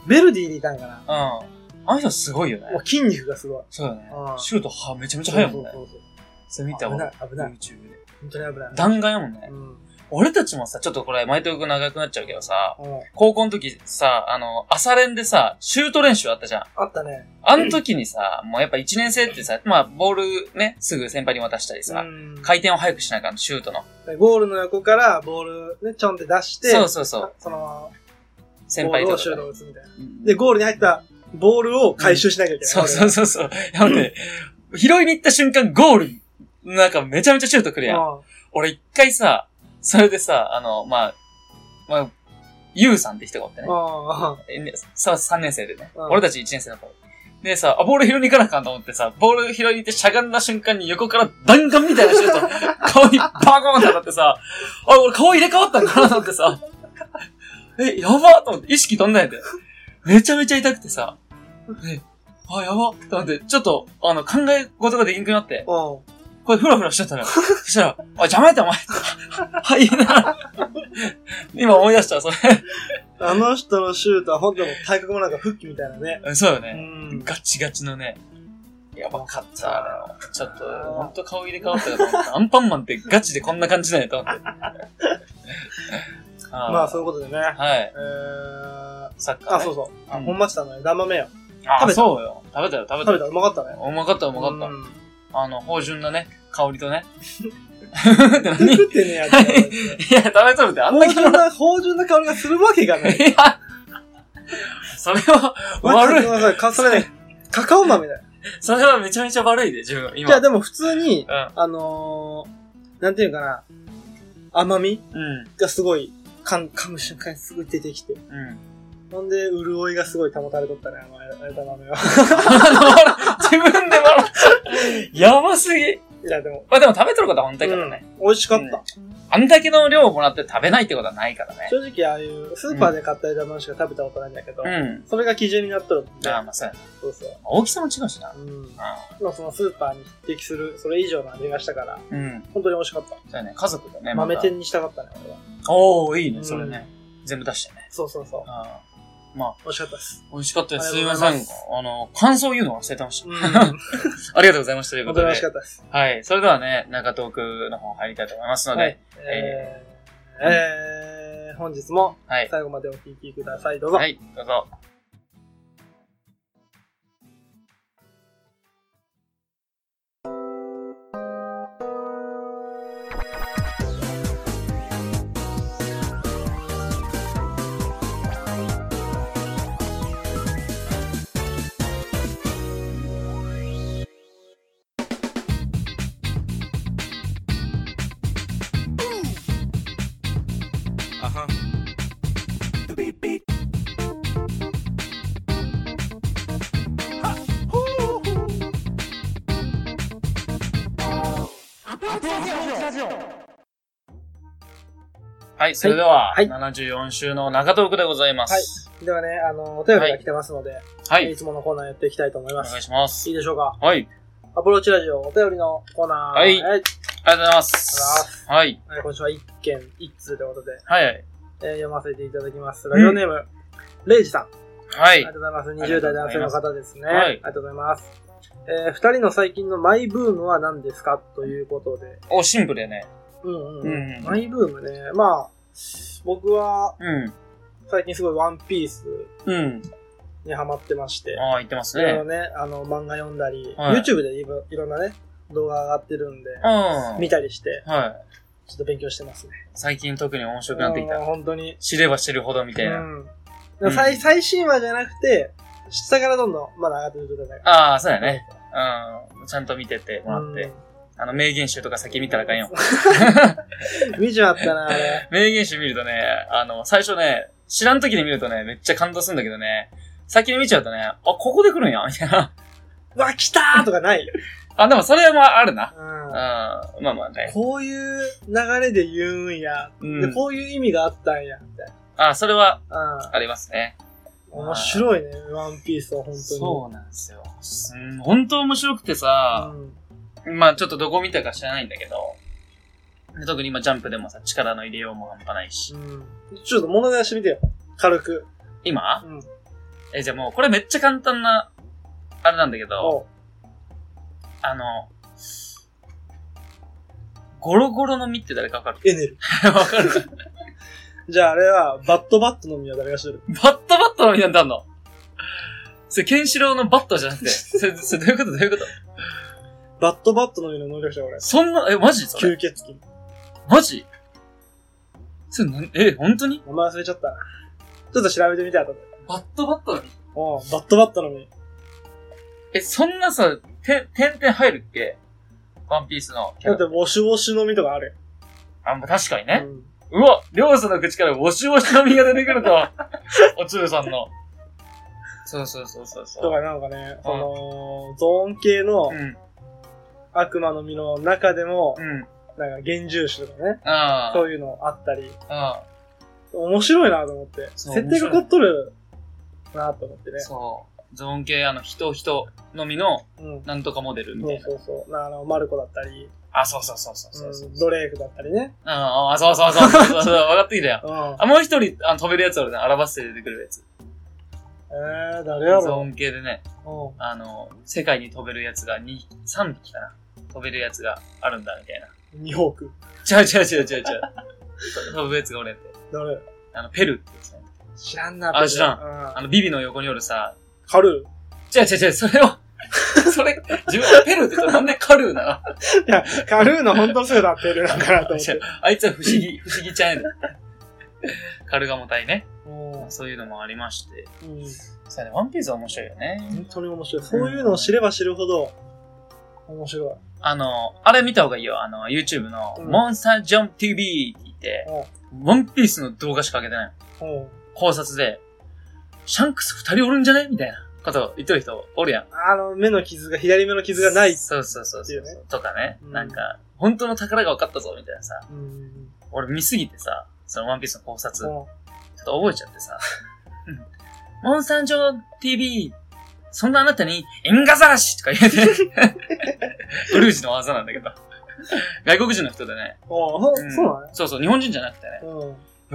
[SPEAKER 2] ベルディにいたんかな。
[SPEAKER 1] うん。あの人すごいよね
[SPEAKER 2] も。う筋肉がすごい。
[SPEAKER 1] そうよね
[SPEAKER 2] う。ん
[SPEAKER 1] シュートはめちゃめちゃ速いもんね。
[SPEAKER 2] そうそうそう
[SPEAKER 1] それ見た
[SPEAKER 2] 危ない
[SPEAKER 1] わ。
[SPEAKER 2] 危ない
[SPEAKER 1] YouTube で。
[SPEAKER 2] 本当に危ない。
[SPEAKER 1] 弾丸やもんね
[SPEAKER 2] う。ん。
[SPEAKER 1] 俺たちもさ、ちょっとこれ、毎く長くなっちゃうけどさ、
[SPEAKER 2] うん
[SPEAKER 1] 高校の時さ、あの、朝練でさ、シュート練習あったじゃん。
[SPEAKER 2] あったね。
[SPEAKER 1] あの時にさ、もうやっぱ1年生ってさ、まあ、ボールね、すぐ先輩に渡したりさ、
[SPEAKER 2] うん
[SPEAKER 1] 回転を速くしなきゃシュートの。
[SPEAKER 2] ゴールの横からボールね、ちょんって出して、
[SPEAKER 1] そうそうそう。
[SPEAKER 2] その、
[SPEAKER 1] 先輩
[SPEAKER 2] ボール
[SPEAKER 1] と
[SPEAKER 2] をシュ
[SPEAKER 1] かね
[SPEAKER 2] ートを打つみたいな。
[SPEAKER 1] うん。
[SPEAKER 2] で、ゴールに入ったボールを回収しなきゃいけない。
[SPEAKER 1] そうそうそうそう。やんで、拾いに行った瞬間、ゴール、なんかめちゃめちゃシュートくるやん。
[SPEAKER 2] そ
[SPEAKER 1] 俺一回さ、それでさ、あの、まあ、まあ、ゆうさんって人がおってね
[SPEAKER 2] う。。あ
[SPEAKER 1] えねさ、3年生でね。
[SPEAKER 2] うん
[SPEAKER 1] 俺たち1年生の頃。でさ、あ、ボール拾いに行かなあかんと思ってさ、ボール拾いに行ってしゃがんだ瞬間に横から弾丸みたいなシュート、 [laughs] 顔にバコーンって当たってさ、あ、俺顔入れ替わったんかなと思ってさ、 [laughs] え、やばと思って意識飛んないで。めちゃめちゃ痛くてさ、え、あ、やばと思って、ちょっと、あの、考え事ができなくなって、
[SPEAKER 2] あ。うん。
[SPEAKER 1] これフラフラしちゃったのよ。 [laughs] そしたら、あ、邪魔やったお前。 [laughs] はい、いいな。 [laughs] 今思い出した、それ。 [laughs]
[SPEAKER 2] あの人のシュートは本当もう体格もなんか復帰みたいなね。
[SPEAKER 1] そうよ
[SPEAKER 2] う
[SPEAKER 1] ね。
[SPEAKER 2] ん。
[SPEAKER 1] ガチガチのね。やばかった、あれは。ちょっと、ほんと顔入れ替わったかと思 [laughs] った。アンパンマンってガチでこんな感じなんやと思って。 [laughs]
[SPEAKER 2] まあ
[SPEAKER 1] あ
[SPEAKER 2] そういうことでね。
[SPEAKER 1] あ、はい。
[SPEAKER 2] えー、
[SPEAKER 1] サッカー、ね。
[SPEAKER 2] あ、そうそう。あ、
[SPEAKER 1] うん
[SPEAKER 2] 本町さんの枝豆よ。
[SPEAKER 1] あ
[SPEAKER 2] 食べた
[SPEAKER 1] そうよ。食べたよ、食べたよ。
[SPEAKER 2] 食べたうまかったね。
[SPEAKER 1] うまかった、うまかっ
[SPEAKER 2] うん。
[SPEAKER 1] た。あの、芳醇なね、香りとね。 [laughs] って何い
[SPEAKER 2] 食ってねえやつだよ。
[SPEAKER 1] [laughs] や、食べとるってあんな
[SPEAKER 2] 芳
[SPEAKER 1] 気
[SPEAKER 2] 醇
[SPEAKER 1] もら
[SPEAKER 2] な、芳醇な香りがするわけがない。
[SPEAKER 1] いや、それは [laughs] 悪い
[SPEAKER 2] ごめ。んなさいか、
[SPEAKER 1] [laughs]
[SPEAKER 2] それね、カカオ豆だよ。
[SPEAKER 1] それはめちゃめちゃ悪いで、自分、
[SPEAKER 2] じゃあ
[SPEAKER 1] 今。
[SPEAKER 2] でも普通に、
[SPEAKER 1] う
[SPEAKER 2] あのー、なんていうかな、甘み
[SPEAKER 1] ん。うん。
[SPEAKER 2] がすごい、かん、噛む瞬間にすごい出てきて。
[SPEAKER 1] うん。
[SPEAKER 2] ほんで、潤いがすごい保たれとったね、あの、枝豆
[SPEAKER 1] [laughs]
[SPEAKER 2] は。
[SPEAKER 1] 自分で笑っちゃう。 [laughs] やばすぎ。
[SPEAKER 2] いや、でも、
[SPEAKER 1] まあでも食べとることは本当だ
[SPEAKER 2] う
[SPEAKER 1] から
[SPEAKER 2] ん
[SPEAKER 1] ね。、
[SPEAKER 2] 美味しかった。
[SPEAKER 1] あんだけの量をもらって食べないってことはないからね。
[SPEAKER 2] 正直、ああいう、スーパーで買った枝豆しか食べたことないんだけど、
[SPEAKER 1] うん。
[SPEAKER 2] それが基準になっとるもんね。
[SPEAKER 1] ああ、まあそうやな。
[SPEAKER 2] そうそう。
[SPEAKER 1] 大きさも違うしな。
[SPEAKER 2] うん。
[SPEAKER 1] う
[SPEAKER 2] まあ、そのスーパーに匹敵する、それ以上の味がしたから、
[SPEAKER 1] ん。うん。
[SPEAKER 2] 本当に美味しいかっ
[SPEAKER 1] そうやね。家族でね。また
[SPEAKER 2] た。豆天にしたかったね、俺は。
[SPEAKER 1] おー、いいね、それね。全部出してね。
[SPEAKER 2] そうそうそう。
[SPEAKER 1] あーまあ、
[SPEAKER 2] 美味しかったです。
[SPEAKER 1] 美味しかったです。
[SPEAKER 2] あ
[SPEAKER 1] す
[SPEAKER 2] り
[SPEAKER 1] い
[SPEAKER 2] が
[SPEAKER 1] ま
[SPEAKER 2] とうござ
[SPEAKER 1] せ
[SPEAKER 2] いま
[SPEAKER 1] ん
[SPEAKER 2] す。
[SPEAKER 1] あの、感想を言うの忘れてまし
[SPEAKER 2] うん。
[SPEAKER 1] た。ありがとうございました。というこ
[SPEAKER 2] 本
[SPEAKER 1] と
[SPEAKER 2] 当に
[SPEAKER 1] で
[SPEAKER 2] 美味し。かったです。
[SPEAKER 1] はい。それではね、中トークの方入りたいと思いますので、
[SPEAKER 2] はい。えーえー、本日も
[SPEAKER 1] はい。
[SPEAKER 2] 最後までお聞きください。どうぞ。
[SPEAKER 1] はい、どうぞ。はい、それでは、
[SPEAKER 2] はい
[SPEAKER 1] 74週の中トークでございます。
[SPEAKER 2] ではね、あの、お便りが来てますので、
[SPEAKER 1] はい。
[SPEAKER 2] いつものコーナーやっていきたいと思い
[SPEAKER 1] お
[SPEAKER 2] ま
[SPEAKER 1] 願い
[SPEAKER 2] す。
[SPEAKER 1] しま
[SPEAKER 2] い
[SPEAKER 1] す。
[SPEAKER 2] いでしょうか
[SPEAKER 1] はい。
[SPEAKER 2] アプローチラジオお便りのコーナー。
[SPEAKER 1] はい
[SPEAKER 2] はい。
[SPEAKER 1] ありがとうございます。はい。
[SPEAKER 2] はい今週は1件1通ということで、
[SPEAKER 1] はいはい。
[SPEAKER 2] えー読ませていただきます。ラジオネーム、レイジさん。
[SPEAKER 1] は
[SPEAKER 2] あり
[SPEAKER 1] い
[SPEAKER 2] が。とうございます。20代男性の方ですね。
[SPEAKER 1] はい
[SPEAKER 2] ありがとうございます。えー、二人の最近のマイブームは何ですかということで。
[SPEAKER 1] お、シンプルやね。
[SPEAKER 2] うんうん。
[SPEAKER 1] うんうん
[SPEAKER 2] マイブームね。まあ、僕は
[SPEAKER 1] うん。
[SPEAKER 2] 最近すごいワンピース
[SPEAKER 1] うん。
[SPEAKER 2] にハマってまして、
[SPEAKER 1] ああ、言ってます
[SPEAKER 2] いろいろ
[SPEAKER 1] ね。
[SPEAKER 2] ね、あの、漫画読んだり、
[SPEAKER 1] はい
[SPEAKER 2] YouTube でいろいろんなね、動画上がってるんで、
[SPEAKER 1] うん。はい。
[SPEAKER 2] 見たりして、ちょっと勉強してますね。
[SPEAKER 1] 最近特に面白くなってき
[SPEAKER 2] うん
[SPEAKER 1] た。
[SPEAKER 2] 本当に。
[SPEAKER 1] 知れば知るほどみたいな。
[SPEAKER 2] うん
[SPEAKER 1] うん
[SPEAKER 2] 最最新話じゃなくて、下からどんどんまだ上がってる状態だから。
[SPEAKER 1] ああ、そうやね。うん。ちゃんと見ててもらっ
[SPEAKER 2] う
[SPEAKER 1] て
[SPEAKER 2] ん。。
[SPEAKER 1] あの、名言集とか先見たらあかんよ。
[SPEAKER 2] [laughs] 見ちまったな、あれ。
[SPEAKER 1] 名言集見るとね、あの、最初ね、知らん時に見るとね、めっちゃ感動するんだけどね、先に見ちゃうとね、あ、ここで来るんや、みたいな。
[SPEAKER 2] うわ、来たーとかないよ。
[SPEAKER 1] あ、でもそれもあるな。うん。
[SPEAKER 2] う
[SPEAKER 1] まあまあ
[SPEAKER 2] ん。
[SPEAKER 1] ね。
[SPEAKER 2] こういう流れで言うんや。
[SPEAKER 1] うん
[SPEAKER 2] で、こういう意味があったんや。みたい
[SPEAKER 1] あ、それは
[SPEAKER 2] な。
[SPEAKER 1] ありますね。
[SPEAKER 2] うん。面白いね、ワンピースは本当に。
[SPEAKER 1] そうなんですよ。うん、本当面白くてさ、
[SPEAKER 2] うん。
[SPEAKER 1] まあちょっとどこ見たか知らないんだけど、特に今ジャンプでもさ、力の入れようも半端ないし。
[SPEAKER 2] うん。ちょっと物出してみてよ。軽く。
[SPEAKER 1] 今
[SPEAKER 2] うん。
[SPEAKER 1] え、じゃあもうこれめっちゃ簡単な、あれなんだけど、
[SPEAKER 2] おう
[SPEAKER 1] あの、ゴロゴロの実って誰かわかる [laughs]
[SPEAKER 2] エネル。
[SPEAKER 1] わかる。
[SPEAKER 2] じゃああれは、バットバットの実は誰がしてる
[SPEAKER 1] バッタバッタの実なんてあんのそれ、ケンシロウのバットじゃなくて、それ、それどういうことどういうこと
[SPEAKER 2] バットバットの実の能力者、俺。
[SPEAKER 1] そんな、え、マジそれ
[SPEAKER 2] 吸血鬼。
[SPEAKER 1] マジそれ、なんえ、本当に
[SPEAKER 2] 名前忘れちゃったな。ちょっと調べてみて、後で。
[SPEAKER 1] バットバットの実
[SPEAKER 2] おうバットバットの実。
[SPEAKER 1] え、そんなさ、て、点々入るっけワンピースのキャ
[SPEAKER 2] だっ
[SPEAKER 1] ラ
[SPEAKER 2] て、ウォシュウォシュの実とかある
[SPEAKER 1] あ、まあ確かに
[SPEAKER 2] よ。
[SPEAKER 1] ね
[SPEAKER 2] う。ん
[SPEAKER 1] うわ、りょうさんの口からウォシュウォシュの実が出てくる [laughs] とは。おつるさんの。そうそうそうそうそ
[SPEAKER 2] と
[SPEAKER 1] う。
[SPEAKER 2] かなんかね、その、ゾーン系の
[SPEAKER 1] うん、
[SPEAKER 2] 悪魔の実の中でも、
[SPEAKER 1] うん。
[SPEAKER 2] なんか、幻獣種とかね、
[SPEAKER 1] あ
[SPEAKER 2] そういうのあったり、
[SPEAKER 1] あ、あ
[SPEAKER 2] 面白いなと思って。
[SPEAKER 1] そう
[SPEAKER 2] 設定が凝っとるなと思ってね
[SPEAKER 1] あ、。そう。ゾーン系、あの、人、人のみの、
[SPEAKER 2] うん。
[SPEAKER 1] なんとかモデルみた
[SPEAKER 2] そう
[SPEAKER 1] いな。
[SPEAKER 2] そうそう。なあの、マルコだったり、。
[SPEAKER 1] あ、そうそうそうそうそうそううん
[SPEAKER 2] ドレイクだったりね。
[SPEAKER 1] ああ、そうそうそうそう [laughs] そうそう。分かってきたよ。
[SPEAKER 2] うん。
[SPEAKER 1] あ、もう一人、あの、飛べるやつ俺ね、アラバステで出てくるやつ。
[SPEAKER 2] えー、誰や
[SPEAKER 1] ゾー
[SPEAKER 2] ろ
[SPEAKER 1] ン系でね、
[SPEAKER 2] う
[SPEAKER 1] あの、世界に飛べるやつが2、3匹かな。飛べるやつがあるんだ、みたいな。
[SPEAKER 2] うん。ニホーク。
[SPEAKER 1] 違う違う違う違う違う。 [laughs] 飛ぶやつが俺って。
[SPEAKER 2] 誰
[SPEAKER 1] あの、ペルってやつね。
[SPEAKER 2] 知らんな
[SPEAKER 1] あ知ら
[SPEAKER 2] ん。う
[SPEAKER 1] あ
[SPEAKER 2] ん。
[SPEAKER 1] の、ビビの横におるさ、
[SPEAKER 2] カル
[SPEAKER 1] 違う違う違う、それを、 [laughs] それ、自分はペルって言ったらなんでカルーなの
[SPEAKER 2] ー。いや、カルーの本当の姿ってるなんかなと思っ
[SPEAKER 1] 違う
[SPEAKER 2] て。
[SPEAKER 1] [laughs] あいつは不思議、不思議ちゃんやねカルガモ隊ね。
[SPEAKER 2] うん
[SPEAKER 1] そういうのもありまして。
[SPEAKER 2] うん
[SPEAKER 1] そうやね、ワンピースは面白いよね。
[SPEAKER 2] 本当に面白い。そういうのを知れば知るほど、面白い。
[SPEAKER 1] あの、あれ見た方がいいよ。あの、YouTube の、
[SPEAKER 2] うん
[SPEAKER 1] モンスタージャンプ TV って言って、ワンピースの動画しか上げてないの。
[SPEAKER 2] うん。うん。
[SPEAKER 1] 考察で、シャンクス二人おるんじゃねみたいなこと言ってる人おるやん。
[SPEAKER 2] あの、目の傷が、左目の傷がない。
[SPEAKER 1] そうそうそうそう。
[SPEAKER 2] っていう
[SPEAKER 1] とかね、
[SPEAKER 2] うん
[SPEAKER 1] なんか、本当の宝が分かったぞ、みたいなさ。
[SPEAKER 2] うんうん
[SPEAKER 1] 俺見すぎてさ、そのワンピースの考察、
[SPEAKER 2] う
[SPEAKER 1] ちょ
[SPEAKER 2] ん。
[SPEAKER 1] っと覚えちゃってさ。 [laughs] うんモンスタージョー TV、そんなあなたに、エンガザラシとか言えて、 [laughs] ブルージの技なんだけど。外国人の人でね。
[SPEAKER 2] ああ、そううんそうだね。
[SPEAKER 1] そうそう、日本人じゃなくてね。
[SPEAKER 2] う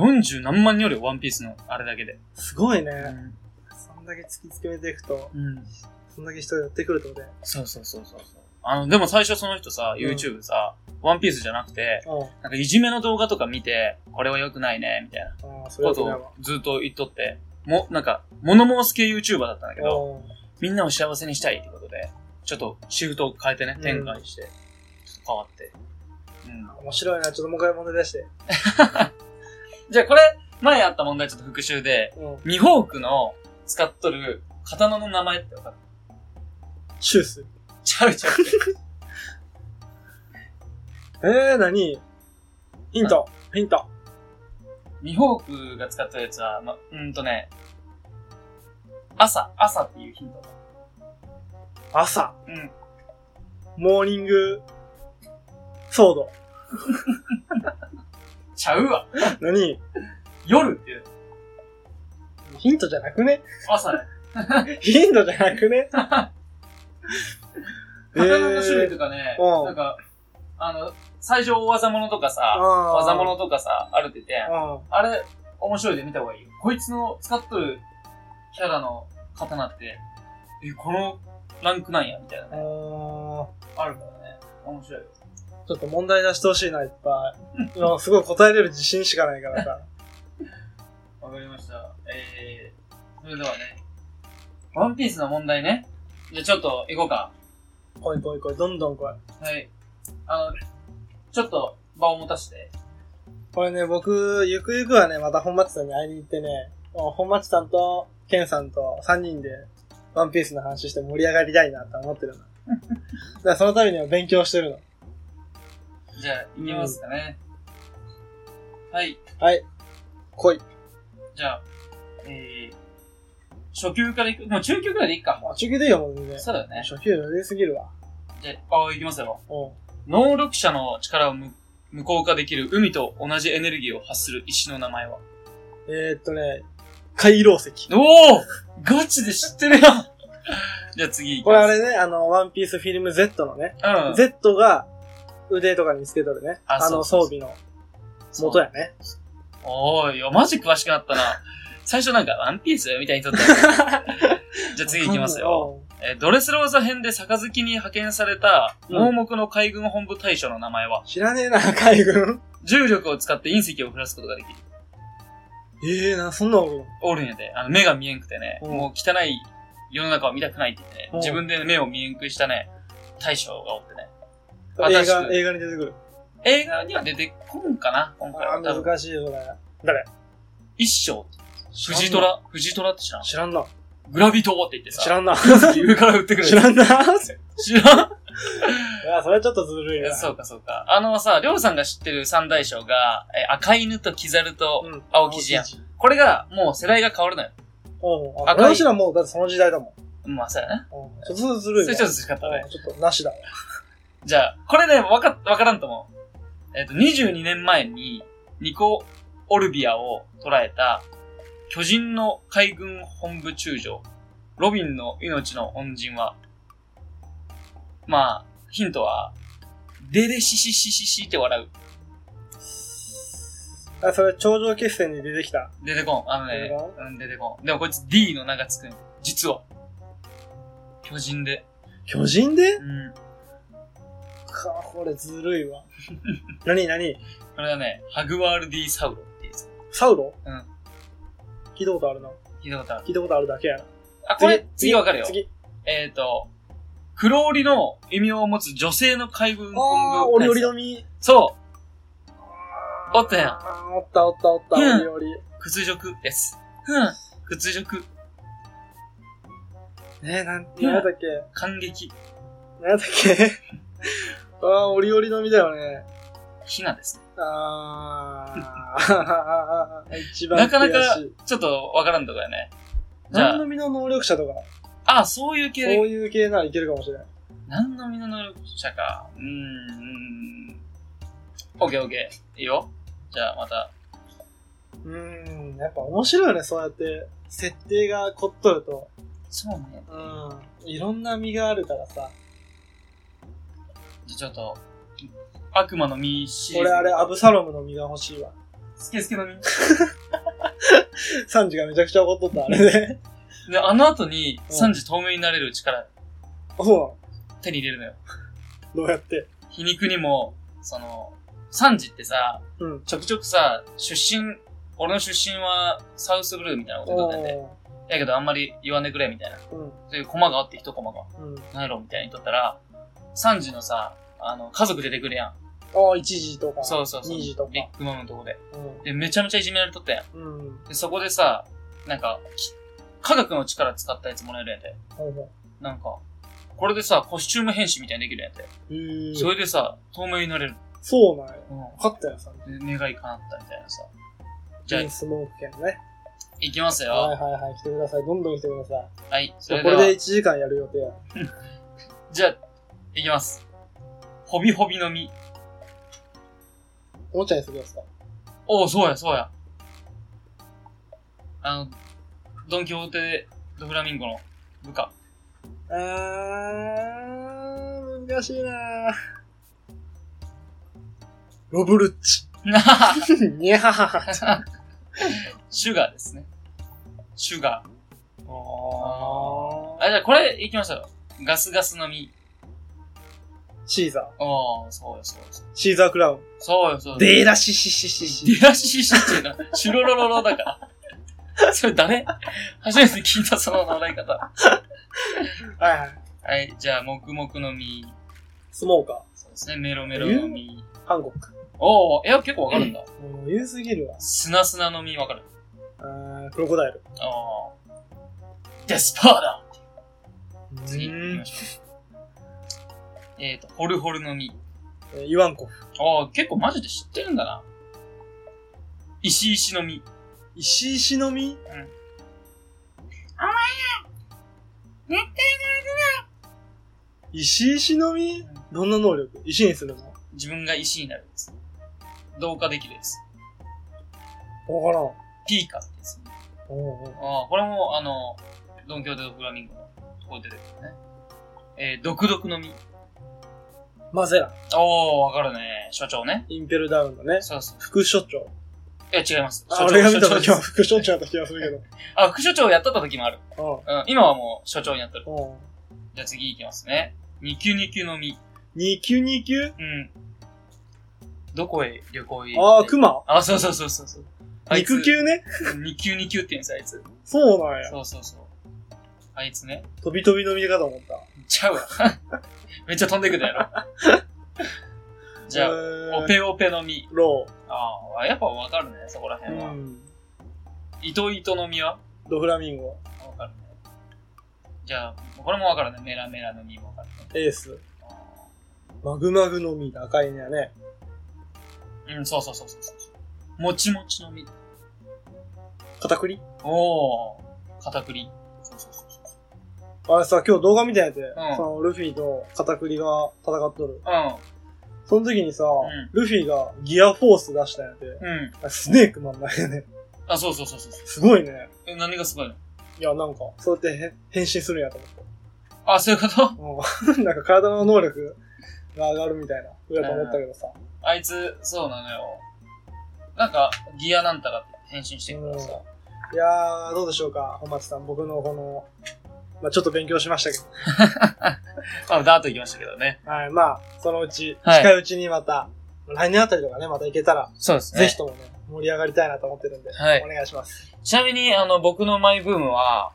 [SPEAKER 2] ん。
[SPEAKER 1] 40何万人おるよ、ワンピースのあれだけで。
[SPEAKER 2] すごいね。
[SPEAKER 1] うん。
[SPEAKER 2] そんだけ突き詰めていくと、
[SPEAKER 1] うん。
[SPEAKER 2] そんだけ人やってくるってことで。
[SPEAKER 1] そうそうそうそう。あの、でも最初その人さ、
[SPEAKER 2] うん
[SPEAKER 1] YouTube さ、ワンピースじゃなくて、
[SPEAKER 2] う。
[SPEAKER 1] なんかいじめの動画とか見て、これは良くないね、みたいなん
[SPEAKER 2] ああ、それ
[SPEAKER 1] こ
[SPEAKER 2] はそ
[SPEAKER 1] と
[SPEAKER 2] うだ
[SPEAKER 1] を
[SPEAKER 2] わ。
[SPEAKER 1] ずっと言っとって、も、なんか、物申す系 YouTuber だったんだけど、
[SPEAKER 2] うん
[SPEAKER 1] みんなを幸せにしたいってことで、ちょっとシフトを変えてね
[SPEAKER 2] う、ん
[SPEAKER 1] 展開して、ちょっと変わって。うん。
[SPEAKER 2] 面白いな。ちょっともう一回問題出して。
[SPEAKER 1] じゃあこれ、前あった問題ちょっと復習で、
[SPEAKER 2] うん。
[SPEAKER 1] ミホークの使っとる刀の名前ってわかる
[SPEAKER 2] シュース。
[SPEAKER 1] ちゃうちゃう。
[SPEAKER 2] えー、何ヒント。ヒント。
[SPEAKER 1] ミホークが使っとるやつは、ま、うんとね、朝、朝っていうヒント。
[SPEAKER 2] 朝。
[SPEAKER 1] うん。
[SPEAKER 2] モーニング、ソード。
[SPEAKER 1] ちゃうわ。
[SPEAKER 2] 何
[SPEAKER 1] 夜っていう。
[SPEAKER 2] ヒントじゃなくね
[SPEAKER 1] 朝ね。
[SPEAKER 2] ヒントじゃなくね
[SPEAKER 1] 刀の種類
[SPEAKER 2] えー
[SPEAKER 1] とかね、
[SPEAKER 2] うん
[SPEAKER 1] なんか、あの、最上大技物とか
[SPEAKER 2] あー
[SPEAKER 1] さ、技物とかさ、あるってて、
[SPEAKER 2] うん。
[SPEAKER 1] あれ、面白いで見た方がいいよ。こいつの使っとるキャラの刀って、え、このランクなんや、みたいな
[SPEAKER 2] あ
[SPEAKER 1] ね。
[SPEAKER 2] ー
[SPEAKER 1] あるからね。面白いよ。
[SPEAKER 2] ちょっと問題出してほしいな、いっぱい。今すごい答えれる自信しかないから [laughs] さ。
[SPEAKER 1] わかりました。えー、それではね、ワンピースの問題ね。じゃあちょっと行こうか。
[SPEAKER 2] 来い来い来い、どんどん来い。
[SPEAKER 1] はい。あの、ちょっと場を持たして。
[SPEAKER 2] これね、僕、ゆくゆくはね、また本町さんに会いに行ってね、もう本町さんと、ケンさんと3人で、ワンピースの話して盛り上がりたいなって思ってる
[SPEAKER 1] [laughs]
[SPEAKER 2] の。だからそのためには勉強してるの。
[SPEAKER 1] じゃあ、行きますかね。はい。
[SPEAKER 2] はい。来い。
[SPEAKER 1] じゃあ、えー、初級から行く。もう中級くらいでいいか。
[SPEAKER 2] あ、中級でいいよ、もう全然。
[SPEAKER 1] そうだよね。
[SPEAKER 2] 初級余裕すぎるわ。
[SPEAKER 1] じゃあ、あー行きますよ。
[SPEAKER 2] うん。
[SPEAKER 1] 能力者の力を無無効化できる海と同じエネルギーを発する石の名前は
[SPEAKER 2] えー、っとね、回廊石。
[SPEAKER 1] おおガチで知ってるやんじゃあ次行き
[SPEAKER 2] これ
[SPEAKER 1] ま
[SPEAKER 2] あ
[SPEAKER 1] す。
[SPEAKER 2] れね、あの、ワンピースフィルム Z のね、
[SPEAKER 1] あれうん。
[SPEAKER 2] Z が腕とかにつけとるね、
[SPEAKER 1] あ
[SPEAKER 2] あの
[SPEAKER 1] そうそ
[SPEAKER 2] 装
[SPEAKER 1] う
[SPEAKER 2] 備の元やね。
[SPEAKER 1] おーいよ、マジ詳しくなったな。最初なんか、ワンピースみたいに撮ったよ。じゃあ [laughs] 次行きます
[SPEAKER 2] [laughs]
[SPEAKER 1] よ。えードレスローザ編で杯に派遣された、
[SPEAKER 2] うん
[SPEAKER 1] 盲目の海軍本部大将の名前は、
[SPEAKER 2] うん。知らねえな、海軍。
[SPEAKER 1] 重力を使って隕石を降らすことができる。
[SPEAKER 2] ええー、な、そんなおるの
[SPEAKER 1] おるんやで、あの、目が見えんくてね、
[SPEAKER 2] うん
[SPEAKER 1] もう汚い世の中を見たくないって言ってね
[SPEAKER 2] う、ん
[SPEAKER 1] 自分で目を見えんくしたね、大将がおってね。
[SPEAKER 2] 映
[SPEAKER 1] 私
[SPEAKER 2] 画、映画に出てくる。
[SPEAKER 1] 映画には出てこんかな今回
[SPEAKER 2] あ
[SPEAKER 1] は。多
[SPEAKER 2] ー、
[SPEAKER 1] 分、
[SPEAKER 2] 難しいぞ、それ。誰
[SPEAKER 1] 一章。藤虎。藤虎って知らん
[SPEAKER 2] 知らんな。
[SPEAKER 1] グラビトーって言って
[SPEAKER 2] 知
[SPEAKER 1] さ、
[SPEAKER 2] らんな。
[SPEAKER 1] 上から打ってくる。
[SPEAKER 2] 知らんな。 [laughs] い
[SPEAKER 1] [laughs] 知らん
[SPEAKER 2] や、それはちょっとずるいな。
[SPEAKER 1] そうかそうか。あのさ、りょうさんが知ってる三大将が、え赤犬とキザルと、
[SPEAKER 2] うん。
[SPEAKER 1] 青生地やん
[SPEAKER 2] 青生地。
[SPEAKER 1] これがもう世代が変わるのよ。
[SPEAKER 2] うん。
[SPEAKER 1] 赤
[SPEAKER 2] あ、
[SPEAKER 1] い
[SPEAKER 2] 私らもう、だってその時代だもん。
[SPEAKER 1] まあそうやね。
[SPEAKER 2] うん。ちょっとずつず
[SPEAKER 1] そ
[SPEAKER 2] るいわ。
[SPEAKER 1] れちょっとしかったね。
[SPEAKER 2] うんちょっと、なしだわ。
[SPEAKER 1] じゃあ、これね、わか、わからんと思う。えっ、と、22年前に、ニコ・オルビアを捕らえた、巨人の海軍本部中将、ロビンの命の恩人は、まあ、ヒントは、デデシシシシシって笑
[SPEAKER 2] あ、それ、頂上決戦に出てきた。
[SPEAKER 1] う。出てこん。あの
[SPEAKER 2] 出て
[SPEAKER 1] ね
[SPEAKER 2] こ、
[SPEAKER 1] うん、出てこん。でもこいつ D の名がつくんよ実は。巨人で。
[SPEAKER 2] 巨人で
[SPEAKER 1] うん。
[SPEAKER 2] か、これずる
[SPEAKER 1] [laughs]
[SPEAKER 2] いわ。なになに
[SPEAKER 1] これはね、ハグワールディ・サウロっていうやつ。
[SPEAKER 2] サウロ
[SPEAKER 1] うん。
[SPEAKER 2] 聞いたことあるな。
[SPEAKER 1] 聞いたことある。
[SPEAKER 2] 聞いたことあるだけやな。
[SPEAKER 1] あ、これ、次わかるよ。
[SPEAKER 2] 次。
[SPEAKER 1] えっ、と、黒織の異名を持つ女性の海軍
[SPEAKER 2] ああ、
[SPEAKER 1] 本部
[SPEAKER 2] オ
[SPEAKER 1] 隊
[SPEAKER 2] リ
[SPEAKER 1] さん
[SPEAKER 2] オリの実。
[SPEAKER 1] そう。おったやん。
[SPEAKER 2] あーおったおったおった、オ
[SPEAKER 1] うん
[SPEAKER 2] リオリ。
[SPEAKER 1] 屈辱です。うん。屈辱。
[SPEAKER 2] ねえ、なん、なんだっけ
[SPEAKER 1] 感激。
[SPEAKER 2] なんだっけ [laughs] ああ、オリオリの実だよね。
[SPEAKER 1] ひなですね。
[SPEAKER 2] ああ、 [laughs] 一番悔
[SPEAKER 1] な
[SPEAKER 2] しい。
[SPEAKER 1] かなか、ちょっとわからんとこやね。じゃ
[SPEAKER 2] 何
[SPEAKER 1] あ
[SPEAKER 2] の、実の能力者とか、
[SPEAKER 1] あ、そういう系
[SPEAKER 2] そう
[SPEAKER 1] で。
[SPEAKER 2] いう系ならいけるかもしれない。
[SPEAKER 1] 何の身の能力者か。うーん。オッケーオッケー。いいよ。じゃあ、また。
[SPEAKER 2] うーん、やっぱ面白いよね、そうやって。設定が凝っとると。
[SPEAKER 1] そうね。
[SPEAKER 2] うん。いろんな実があるからさ。
[SPEAKER 1] じゃあ、ちょっと、悪魔の実シリーズ。
[SPEAKER 2] 俺あれ、アブサロムの実が欲しいわ。
[SPEAKER 1] 好き好きのみ。
[SPEAKER 2] サンジがめちゃくちゃ怒っとった、あれ [laughs] ね。
[SPEAKER 1] で、あの後に、
[SPEAKER 2] うん
[SPEAKER 1] サンジ透明になれる力
[SPEAKER 2] あそ
[SPEAKER 1] 手に入れるのよ。
[SPEAKER 2] うなのどうやって。
[SPEAKER 1] 皮肉にも、その、サンジってさ、
[SPEAKER 2] うん。
[SPEAKER 1] ちょくちょくさ、出身、俺の出身はサウスブルーみたいなこと言っとってん
[SPEAKER 2] お
[SPEAKER 1] て。やけどあんまり言わんでくれみたいな。
[SPEAKER 2] ー
[SPEAKER 1] そういうコマがあって一コマが。
[SPEAKER 2] うん。うん。
[SPEAKER 1] なんやろみたいにとったら、3時のさ、あの、家族出てくるやん。
[SPEAKER 2] ああ、1時とか。
[SPEAKER 1] そうそうそう。
[SPEAKER 2] 2時とか
[SPEAKER 1] ビッグマムのとこで。で、めちゃめちゃいじめられとったやん。
[SPEAKER 2] うん。うん。
[SPEAKER 1] で、そこでさ、なんか、き科学の力使ったやつもらえるんやて。
[SPEAKER 2] ほうほ
[SPEAKER 1] なんか、これでさ、コスチューム変身みたいにできるんやて。
[SPEAKER 2] う。へー
[SPEAKER 1] それでさ、透明になれる。
[SPEAKER 2] そうなんや。
[SPEAKER 1] う
[SPEAKER 2] 分かったよ、サン
[SPEAKER 1] ん。で願い叶ったみたいなさ。じ
[SPEAKER 2] ジ。
[SPEAKER 1] ゃあ
[SPEAKER 2] イン、スモーク券ね。
[SPEAKER 1] いきます
[SPEAKER 2] は
[SPEAKER 1] よ。
[SPEAKER 2] いはいはい。来てください。どんどん来てください。
[SPEAKER 1] はい。そ
[SPEAKER 2] じゃあ
[SPEAKER 1] れ
[SPEAKER 2] こ
[SPEAKER 1] で
[SPEAKER 2] れ
[SPEAKER 1] は、
[SPEAKER 2] で1時間やる予定や。
[SPEAKER 1] じゃあ、いきます。ほびほびの実。
[SPEAKER 2] おもちゃにするやつか。
[SPEAKER 1] おお、そうや、そうや。あの、ドンキホーテ・ドフラミンゴの部下。
[SPEAKER 2] あー、難しいなロブルッチ。
[SPEAKER 1] なあ
[SPEAKER 2] にゃははは。
[SPEAKER 1] シュガーですね。シュガー。
[SPEAKER 2] あ
[SPEAKER 1] あ、じゃあこれいきましょう。ガスガスの実。
[SPEAKER 2] シーザー。
[SPEAKER 1] おお、そうや、そうや。
[SPEAKER 2] シーザークラウン。
[SPEAKER 1] そうや、そうや。
[SPEAKER 2] デーラシシシシ
[SPEAKER 1] デ
[SPEAKER 2] シ。
[SPEAKER 1] ラシシシっていうのは、シュロロロロだから。 [laughs] それ誰初めて聞いたその習い方。
[SPEAKER 2] はいはい。
[SPEAKER 1] はい、じゃあ、黙々の実。
[SPEAKER 2] スモーカ
[SPEAKER 1] そうですね、メロメロの実。
[SPEAKER 2] ー。ハンコック。
[SPEAKER 1] おお、いや、結構わかるんだ。
[SPEAKER 2] もう言うすぎるわ。
[SPEAKER 1] 砂砂の実わかる。
[SPEAKER 2] あー、クロコダイル。
[SPEAKER 1] ああ。デスパーだ次、行
[SPEAKER 2] う
[SPEAKER 1] き
[SPEAKER 2] ーん
[SPEAKER 1] ま。しょう。えっ、ー、と、ホルホルの実。
[SPEAKER 2] えーイワンコフ。
[SPEAKER 1] ああ、結構マジで知ってるんだな。石石の実。
[SPEAKER 2] 石石の実
[SPEAKER 1] 絶対
[SPEAKER 2] 石石の実どんな能力石にするの
[SPEAKER 1] 自分が石になるんです。同化できるです。
[SPEAKER 2] わからん。
[SPEAKER 1] ピーカってですね。
[SPEAKER 2] おうおう
[SPEAKER 1] ああ、これも、あの、ドンキョーテ・ド・フラミンゴのところで出てくるね。えー、毒毒の実。
[SPEAKER 2] マゼラ。
[SPEAKER 1] おー、わかるね。所長ね。
[SPEAKER 2] インペルダウンのね。
[SPEAKER 1] そうそう。
[SPEAKER 2] 副所長。
[SPEAKER 1] いや、違います。
[SPEAKER 2] あ、俺が見た
[SPEAKER 1] 所
[SPEAKER 2] 時
[SPEAKER 1] 長
[SPEAKER 2] は
[SPEAKER 1] です
[SPEAKER 2] 副所長やった気がする
[SPEAKER 1] あ、副所長やっとった時もある。
[SPEAKER 2] けど。
[SPEAKER 1] うん、今はもう所長になってる。
[SPEAKER 2] うん。うん。
[SPEAKER 1] じゃあ次行きますね。二級二級の実。
[SPEAKER 2] 2級2級
[SPEAKER 1] うん。どこへ旅行へ行っ
[SPEAKER 2] ああ、
[SPEAKER 1] て
[SPEAKER 2] 熊
[SPEAKER 1] あ、そうそうそうそうそう。あいつ
[SPEAKER 2] 肉球ね。
[SPEAKER 1] 二級二級って言うんですよ、あいつ。
[SPEAKER 2] そうなんや。
[SPEAKER 1] そうそうそう。あいつね。
[SPEAKER 2] 飛び飛びの実かと思った。
[SPEAKER 1] ちゃうわ。 [laughs] めっちゃ飛んでくだや [laughs] ろ。じゃあ、
[SPEAKER 2] あ
[SPEAKER 1] オペオペの実。
[SPEAKER 2] ロ
[SPEAKER 1] ああ、やっぱわかるね、そこら
[SPEAKER 2] ー。
[SPEAKER 1] 辺
[SPEAKER 2] う
[SPEAKER 1] は。
[SPEAKER 2] ん。
[SPEAKER 1] 糸糸の実は
[SPEAKER 2] ドフラミンゴ。
[SPEAKER 1] わかるね。じゃあ、これもわかるね。メラメラの実もわかるね。
[SPEAKER 2] エース。
[SPEAKER 1] あ
[SPEAKER 2] マグマグの実だ。赤いねやね。
[SPEAKER 1] ーうん、そうそうそうそうそう。もちもちの実。
[SPEAKER 2] 片栗
[SPEAKER 1] おー、片栗。そうそうそうそう。
[SPEAKER 2] あれさ、今日動画見たんやて、
[SPEAKER 1] ん
[SPEAKER 2] そのルフィと片栗が戦っとる。
[SPEAKER 1] う
[SPEAKER 2] その時にさ、
[SPEAKER 1] ん
[SPEAKER 2] ルフィがギアフォース出したんやて。
[SPEAKER 1] ん。うん。
[SPEAKER 2] あスネークなんだよね。
[SPEAKER 1] あ、そうそうそうそうそう。
[SPEAKER 2] すごいね。
[SPEAKER 1] え、何がすごいの
[SPEAKER 2] いや、なんか、そうやってへ変身するんやと思って。
[SPEAKER 1] あ、そういうこと
[SPEAKER 2] うん [laughs] なんか体の能力が上がるみたいな、うやと思ったけどさ。
[SPEAKER 1] あいつ、そうなのよ。なんか、ギアなんたらって変身してくからさ。
[SPEAKER 2] いやー、どうでしょうか、本町さん。僕のこの、まあちょっと勉強しましたけど。
[SPEAKER 1] あ、ダート行きましたけどね。
[SPEAKER 2] はい、まあそのうち、
[SPEAKER 1] はい
[SPEAKER 2] 近いうちにまた、来年あたりとかね、また行けたら、
[SPEAKER 1] そうです
[SPEAKER 2] ぜひ。ともね、盛り上がりたいなと思ってるんで、
[SPEAKER 1] はい
[SPEAKER 2] お願いします。
[SPEAKER 1] ちなみに、あの、僕のマイブームは、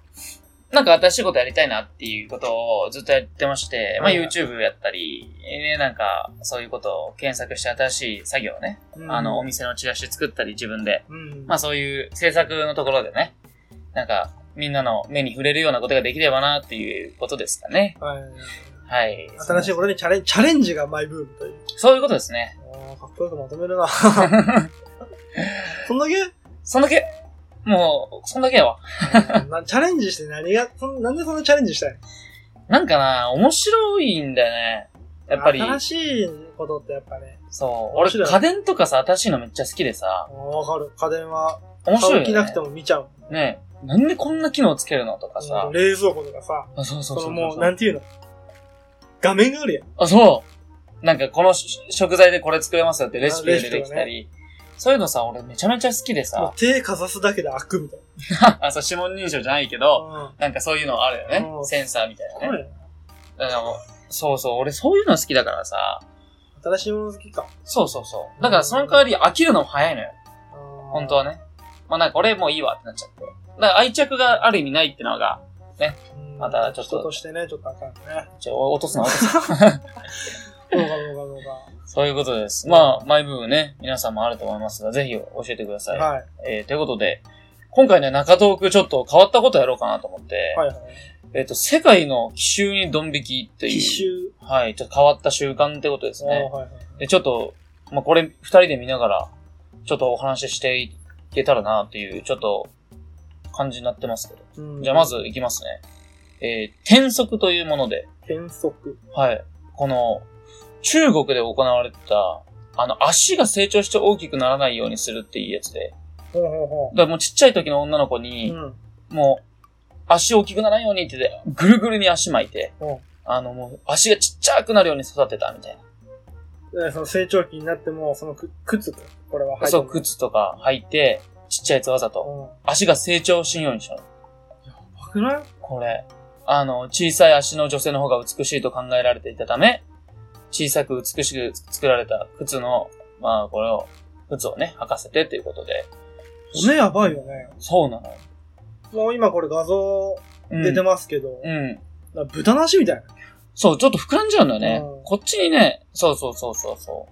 [SPEAKER 1] なんか新しいことやりたいなっていうことをずっとやってまして、まあ
[SPEAKER 2] はいはい
[SPEAKER 1] YouTube やったり、ね、なんかそういうことを検索して新しい作業をね、あの、お店のチラシ作ったり自分で
[SPEAKER 2] うん、
[SPEAKER 1] まあそういう制作のところでね、なんかみんなの目に触れるようなことができればなっていうことですかね。
[SPEAKER 2] はい
[SPEAKER 1] はい。
[SPEAKER 2] 新しいことにチャレンチャレンジがマイブームという。
[SPEAKER 1] そういうことですね。
[SPEAKER 2] あーかっこよくまとめ
[SPEAKER 1] [laughs]
[SPEAKER 2] るな。そんだけ
[SPEAKER 1] そんだけ、もう、そんだけやわ。
[SPEAKER 2] うんなチャレンジして何が、そんなんでそんなチャレンジしたいの
[SPEAKER 1] なんかな、面白いんだよね。やっぱり、
[SPEAKER 2] 新しいことってやっぱね、
[SPEAKER 1] そう。
[SPEAKER 2] 面
[SPEAKER 1] 俺
[SPEAKER 2] 白い
[SPEAKER 1] 家電とかさ、新しいのめっちゃ好きでさ、
[SPEAKER 2] わかる。家電は、
[SPEAKER 1] 面白い、
[SPEAKER 2] 買
[SPEAKER 1] ね。
[SPEAKER 2] う気なくても見ちゃうもん。
[SPEAKER 1] ねなんでこんな機能つけるのとか
[SPEAKER 2] う
[SPEAKER 1] さ
[SPEAKER 2] ん。冷蔵庫とかさ、
[SPEAKER 1] あそうそ
[SPEAKER 2] そう
[SPEAKER 1] そう
[SPEAKER 2] の
[SPEAKER 1] そう
[SPEAKER 2] もう、なんていうの画面があるやん。
[SPEAKER 1] あ、そう。なんかこの食材でこれ作れますよってレシピが出てきたり。そういうのさ、俺めちゃめちゃ好きで
[SPEAKER 2] もう
[SPEAKER 1] さ、
[SPEAKER 2] 手かざすだけで開くみたい
[SPEAKER 1] あ、そう、指紋認証じゃないけど、
[SPEAKER 2] な。
[SPEAKER 1] なんかそういうのあるよね
[SPEAKER 2] う。ん
[SPEAKER 1] センサーみたい
[SPEAKER 2] うん。
[SPEAKER 1] な
[SPEAKER 2] こ
[SPEAKER 1] ね。
[SPEAKER 2] れ、
[SPEAKER 1] だからもうそうそう、俺そういうの好きだからさ、
[SPEAKER 2] 新しいもの好きか。
[SPEAKER 1] そうそうそう。だからその代わり飽きるのも早いのよ。本
[SPEAKER 2] 本
[SPEAKER 1] 当はね。まあなんか俺もういいわってなっちゃって。だから愛着がある意味ないってのが、またちょっと
[SPEAKER 2] 人としてね、ちょっとあ
[SPEAKER 1] [laughs]
[SPEAKER 2] かんね。
[SPEAKER 1] ちょ、落とすな、落とすな。
[SPEAKER 2] どうかどうかどう
[SPEAKER 1] [laughs] そういうことです。まあ、マイブームね、皆さんもあると思いますが、ぜひ教えてください。
[SPEAKER 2] か。はい。
[SPEAKER 1] えー、ということで、今回ね、中東区ちょっと変わったことやろうかなと思って、
[SPEAKER 2] はいはい。
[SPEAKER 1] えっ、と、世界の奇襲にドン引きという、
[SPEAKER 2] 奇襲。
[SPEAKER 1] はい、ちょっと変わった習慣ってことです
[SPEAKER 2] あー
[SPEAKER 1] ね。
[SPEAKER 2] はいはい。
[SPEAKER 1] で、ちょっと、まあ、これ二人で見ながら、ちょっとお話ししていけたらなという、ちょっと、感じになってますけど。
[SPEAKER 2] うん
[SPEAKER 1] じゃあ、ま。ずいきますね。えー、転足というもので、
[SPEAKER 2] 変則。
[SPEAKER 1] はい。この、中国で行われてた、あの、足が成長して大きくならないようにするっていうやつで。
[SPEAKER 2] ほうほうほ
[SPEAKER 1] だからもうちっちゃい時の女の子
[SPEAKER 2] う。う
[SPEAKER 1] に、
[SPEAKER 2] ん。
[SPEAKER 1] もう、足大きくならないようにって言って、ぐるぐるに足巻いて
[SPEAKER 2] うん、
[SPEAKER 1] あの、もう、足がちっちゃくなるように育てたみたい
[SPEAKER 2] でその成長期になっても、そのく靴、これは
[SPEAKER 1] な。
[SPEAKER 2] 履いて
[SPEAKER 1] そう、
[SPEAKER 2] も。
[SPEAKER 1] 靴とか履いて、ちっちゃいやつわざと、
[SPEAKER 2] うん。
[SPEAKER 1] 足が成長しんようにしたの。
[SPEAKER 2] 怖くない
[SPEAKER 1] これ、あの、小さい足の女性の方が美しいと考えられていたため、小さく美しく作られた靴の、まあ、これを、靴をね、履かせてということで。
[SPEAKER 2] 骨やばいよね。
[SPEAKER 1] そうなのよ。
[SPEAKER 2] もう今これ画像
[SPEAKER 1] うん、
[SPEAKER 2] 出てますけど、
[SPEAKER 1] うん。
[SPEAKER 2] なんか豚の足みたいな。
[SPEAKER 1] そう、ちょっと膨らんじゃうんだよね。
[SPEAKER 2] うん
[SPEAKER 1] こっちにね、そうそうそうそうそ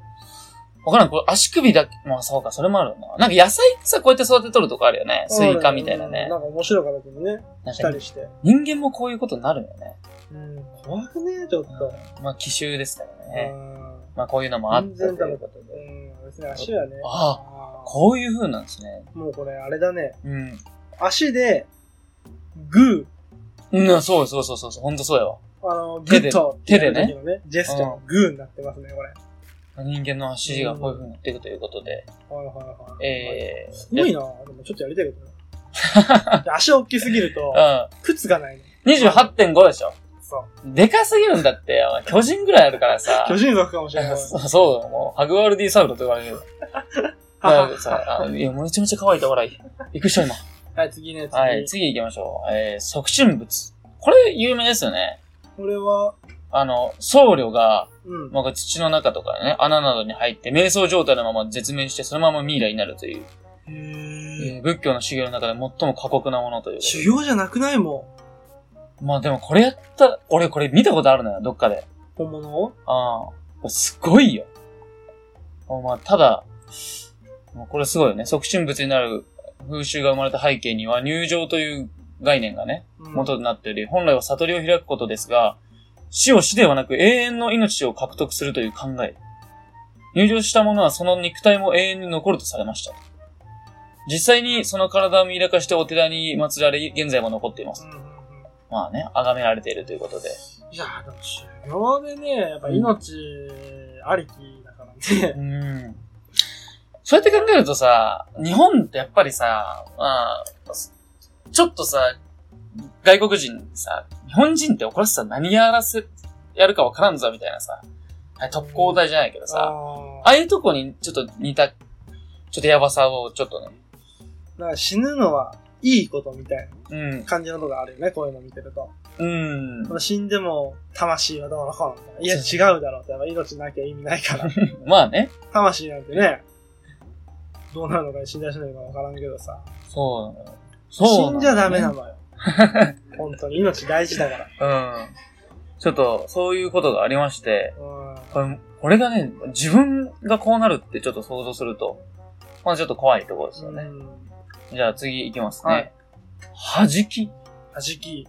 [SPEAKER 1] う。わからん、これ足首だけ、まあそうか、それもあるよな。なんか野菜さ、こうやって育てとるとこあるよね。スイカみたいな
[SPEAKER 2] う
[SPEAKER 1] ね
[SPEAKER 2] ん。なんか面白かったけどね、
[SPEAKER 1] 確か
[SPEAKER 2] した
[SPEAKER 1] に
[SPEAKER 2] りして。
[SPEAKER 1] 人間もこういうことになるよね。
[SPEAKER 2] うん、怖くねちょっと。
[SPEAKER 1] まあ奇襲ですからね。
[SPEAKER 2] うん
[SPEAKER 1] まあこういうのもあってと
[SPEAKER 2] 全然ダ
[SPEAKER 1] い
[SPEAKER 2] メ
[SPEAKER 1] うことで。
[SPEAKER 2] うん、別に足はね。
[SPEAKER 1] あ
[SPEAKER 2] あ
[SPEAKER 1] こういう風なんですね。
[SPEAKER 2] ーもうこれあれだね。
[SPEAKER 1] うん。
[SPEAKER 2] 足で、グ
[SPEAKER 1] うん、そうそうそうそうそう、ほんとそうやわ。
[SPEAKER 2] ー、あの、グ
[SPEAKER 1] 手で
[SPEAKER 2] ッと、
[SPEAKER 1] 手でね
[SPEAKER 2] やる時のね。ジェスチャーのグーになってますね、これ。
[SPEAKER 1] 人間の足がこういう風になっていくということで。
[SPEAKER 2] はいはいはい。
[SPEAKER 1] えー、
[SPEAKER 2] すごいなでもちょっとやりたいけど
[SPEAKER 1] [laughs]
[SPEAKER 2] な足大きすぎると、
[SPEAKER 1] う
[SPEAKER 2] 靴がないね。
[SPEAKER 1] ん。28.5でしょ。
[SPEAKER 2] そう。
[SPEAKER 1] でかすぎるんだって、お前巨人ぐらいあるからさ。
[SPEAKER 2] 巨人族かもしれない。
[SPEAKER 1] そう [laughs] そうだ、もう、ハグワールディサウルと言われる。だからさ、あいや、めちゃめちゃ可愛いと笑い。びっくりした、今。
[SPEAKER 2] はい、次ね、次。
[SPEAKER 1] はい、次行きましょう。えー、促進物。これ、有名ですよね。
[SPEAKER 2] これは、
[SPEAKER 1] あの、僧侶が、
[SPEAKER 2] うん。
[SPEAKER 1] まあ、土の中とかね、穴などに入って、瞑想状態のまま絶命して、そのままミイラになるという、
[SPEAKER 2] へー
[SPEAKER 1] えー仏教の修行の中で最も過酷なものということ
[SPEAKER 2] 修行じゃなくないも
[SPEAKER 1] で。まあ、でもこれやったら、俺これ見たことあるのよ、どっかで。
[SPEAKER 2] ん。本物を
[SPEAKER 1] ああ、すごいよ。あまあ、ただ、もうこれすごいよね。促進物になる風習が生まれた背景には、入場という概念がね、元になっており、本来は悟りを開くことですが、死を死ではなく永遠の命を獲得するという考え。入場した者はその肉体も永遠に残るとされました。実際にその体をミイラ化してお寺に祀られ、現在も残っていま
[SPEAKER 2] う
[SPEAKER 1] す。
[SPEAKER 2] んうんうん
[SPEAKER 1] まあね、崇められているということで。
[SPEAKER 2] いやーでも修行でね、やっぱ命ありきだからね。
[SPEAKER 1] うんそうやって考えるとさ、日本ってやっぱりさ、まあ、ちょっとさ、外国人にさ、日本人って怒らせたら何やらせ、やるかわからんぞみたいなさ、はい特攻隊じゃないけどさ、
[SPEAKER 2] あ
[SPEAKER 1] ああいうとこにちょっと似た、ちょっとやばさをちょっとね、
[SPEAKER 2] ーなんか死ぬのはいいことみたい
[SPEAKER 1] うん
[SPEAKER 2] な、感じのとこあるよね、こういうの見てると。
[SPEAKER 1] うん、
[SPEAKER 2] 死んでも魂はどうのこうのみたいな。いや、
[SPEAKER 1] そ
[SPEAKER 2] 違うだろうって、やっぱ命なきゃ意味な
[SPEAKER 1] [laughs]
[SPEAKER 2] いから。
[SPEAKER 1] まあね、
[SPEAKER 2] 魂なんてね、どうなるのか死んだりしないのかわからんけどさ。
[SPEAKER 1] そうなのよ。そう
[SPEAKER 2] 死
[SPEAKER 1] のよね
[SPEAKER 2] んじゃダメな
[SPEAKER 1] [laughs]
[SPEAKER 2] のよ。本当に命大事だから。
[SPEAKER 1] うん。ちょっと、そういうことがありまして、
[SPEAKER 2] うん。
[SPEAKER 1] これ、これがね、自分がこうなるってちょっと想像すると、まあちょっと怖いところですよね。じゃあ次行きます
[SPEAKER 2] は
[SPEAKER 1] ね
[SPEAKER 2] い。
[SPEAKER 1] はじき
[SPEAKER 2] はじき。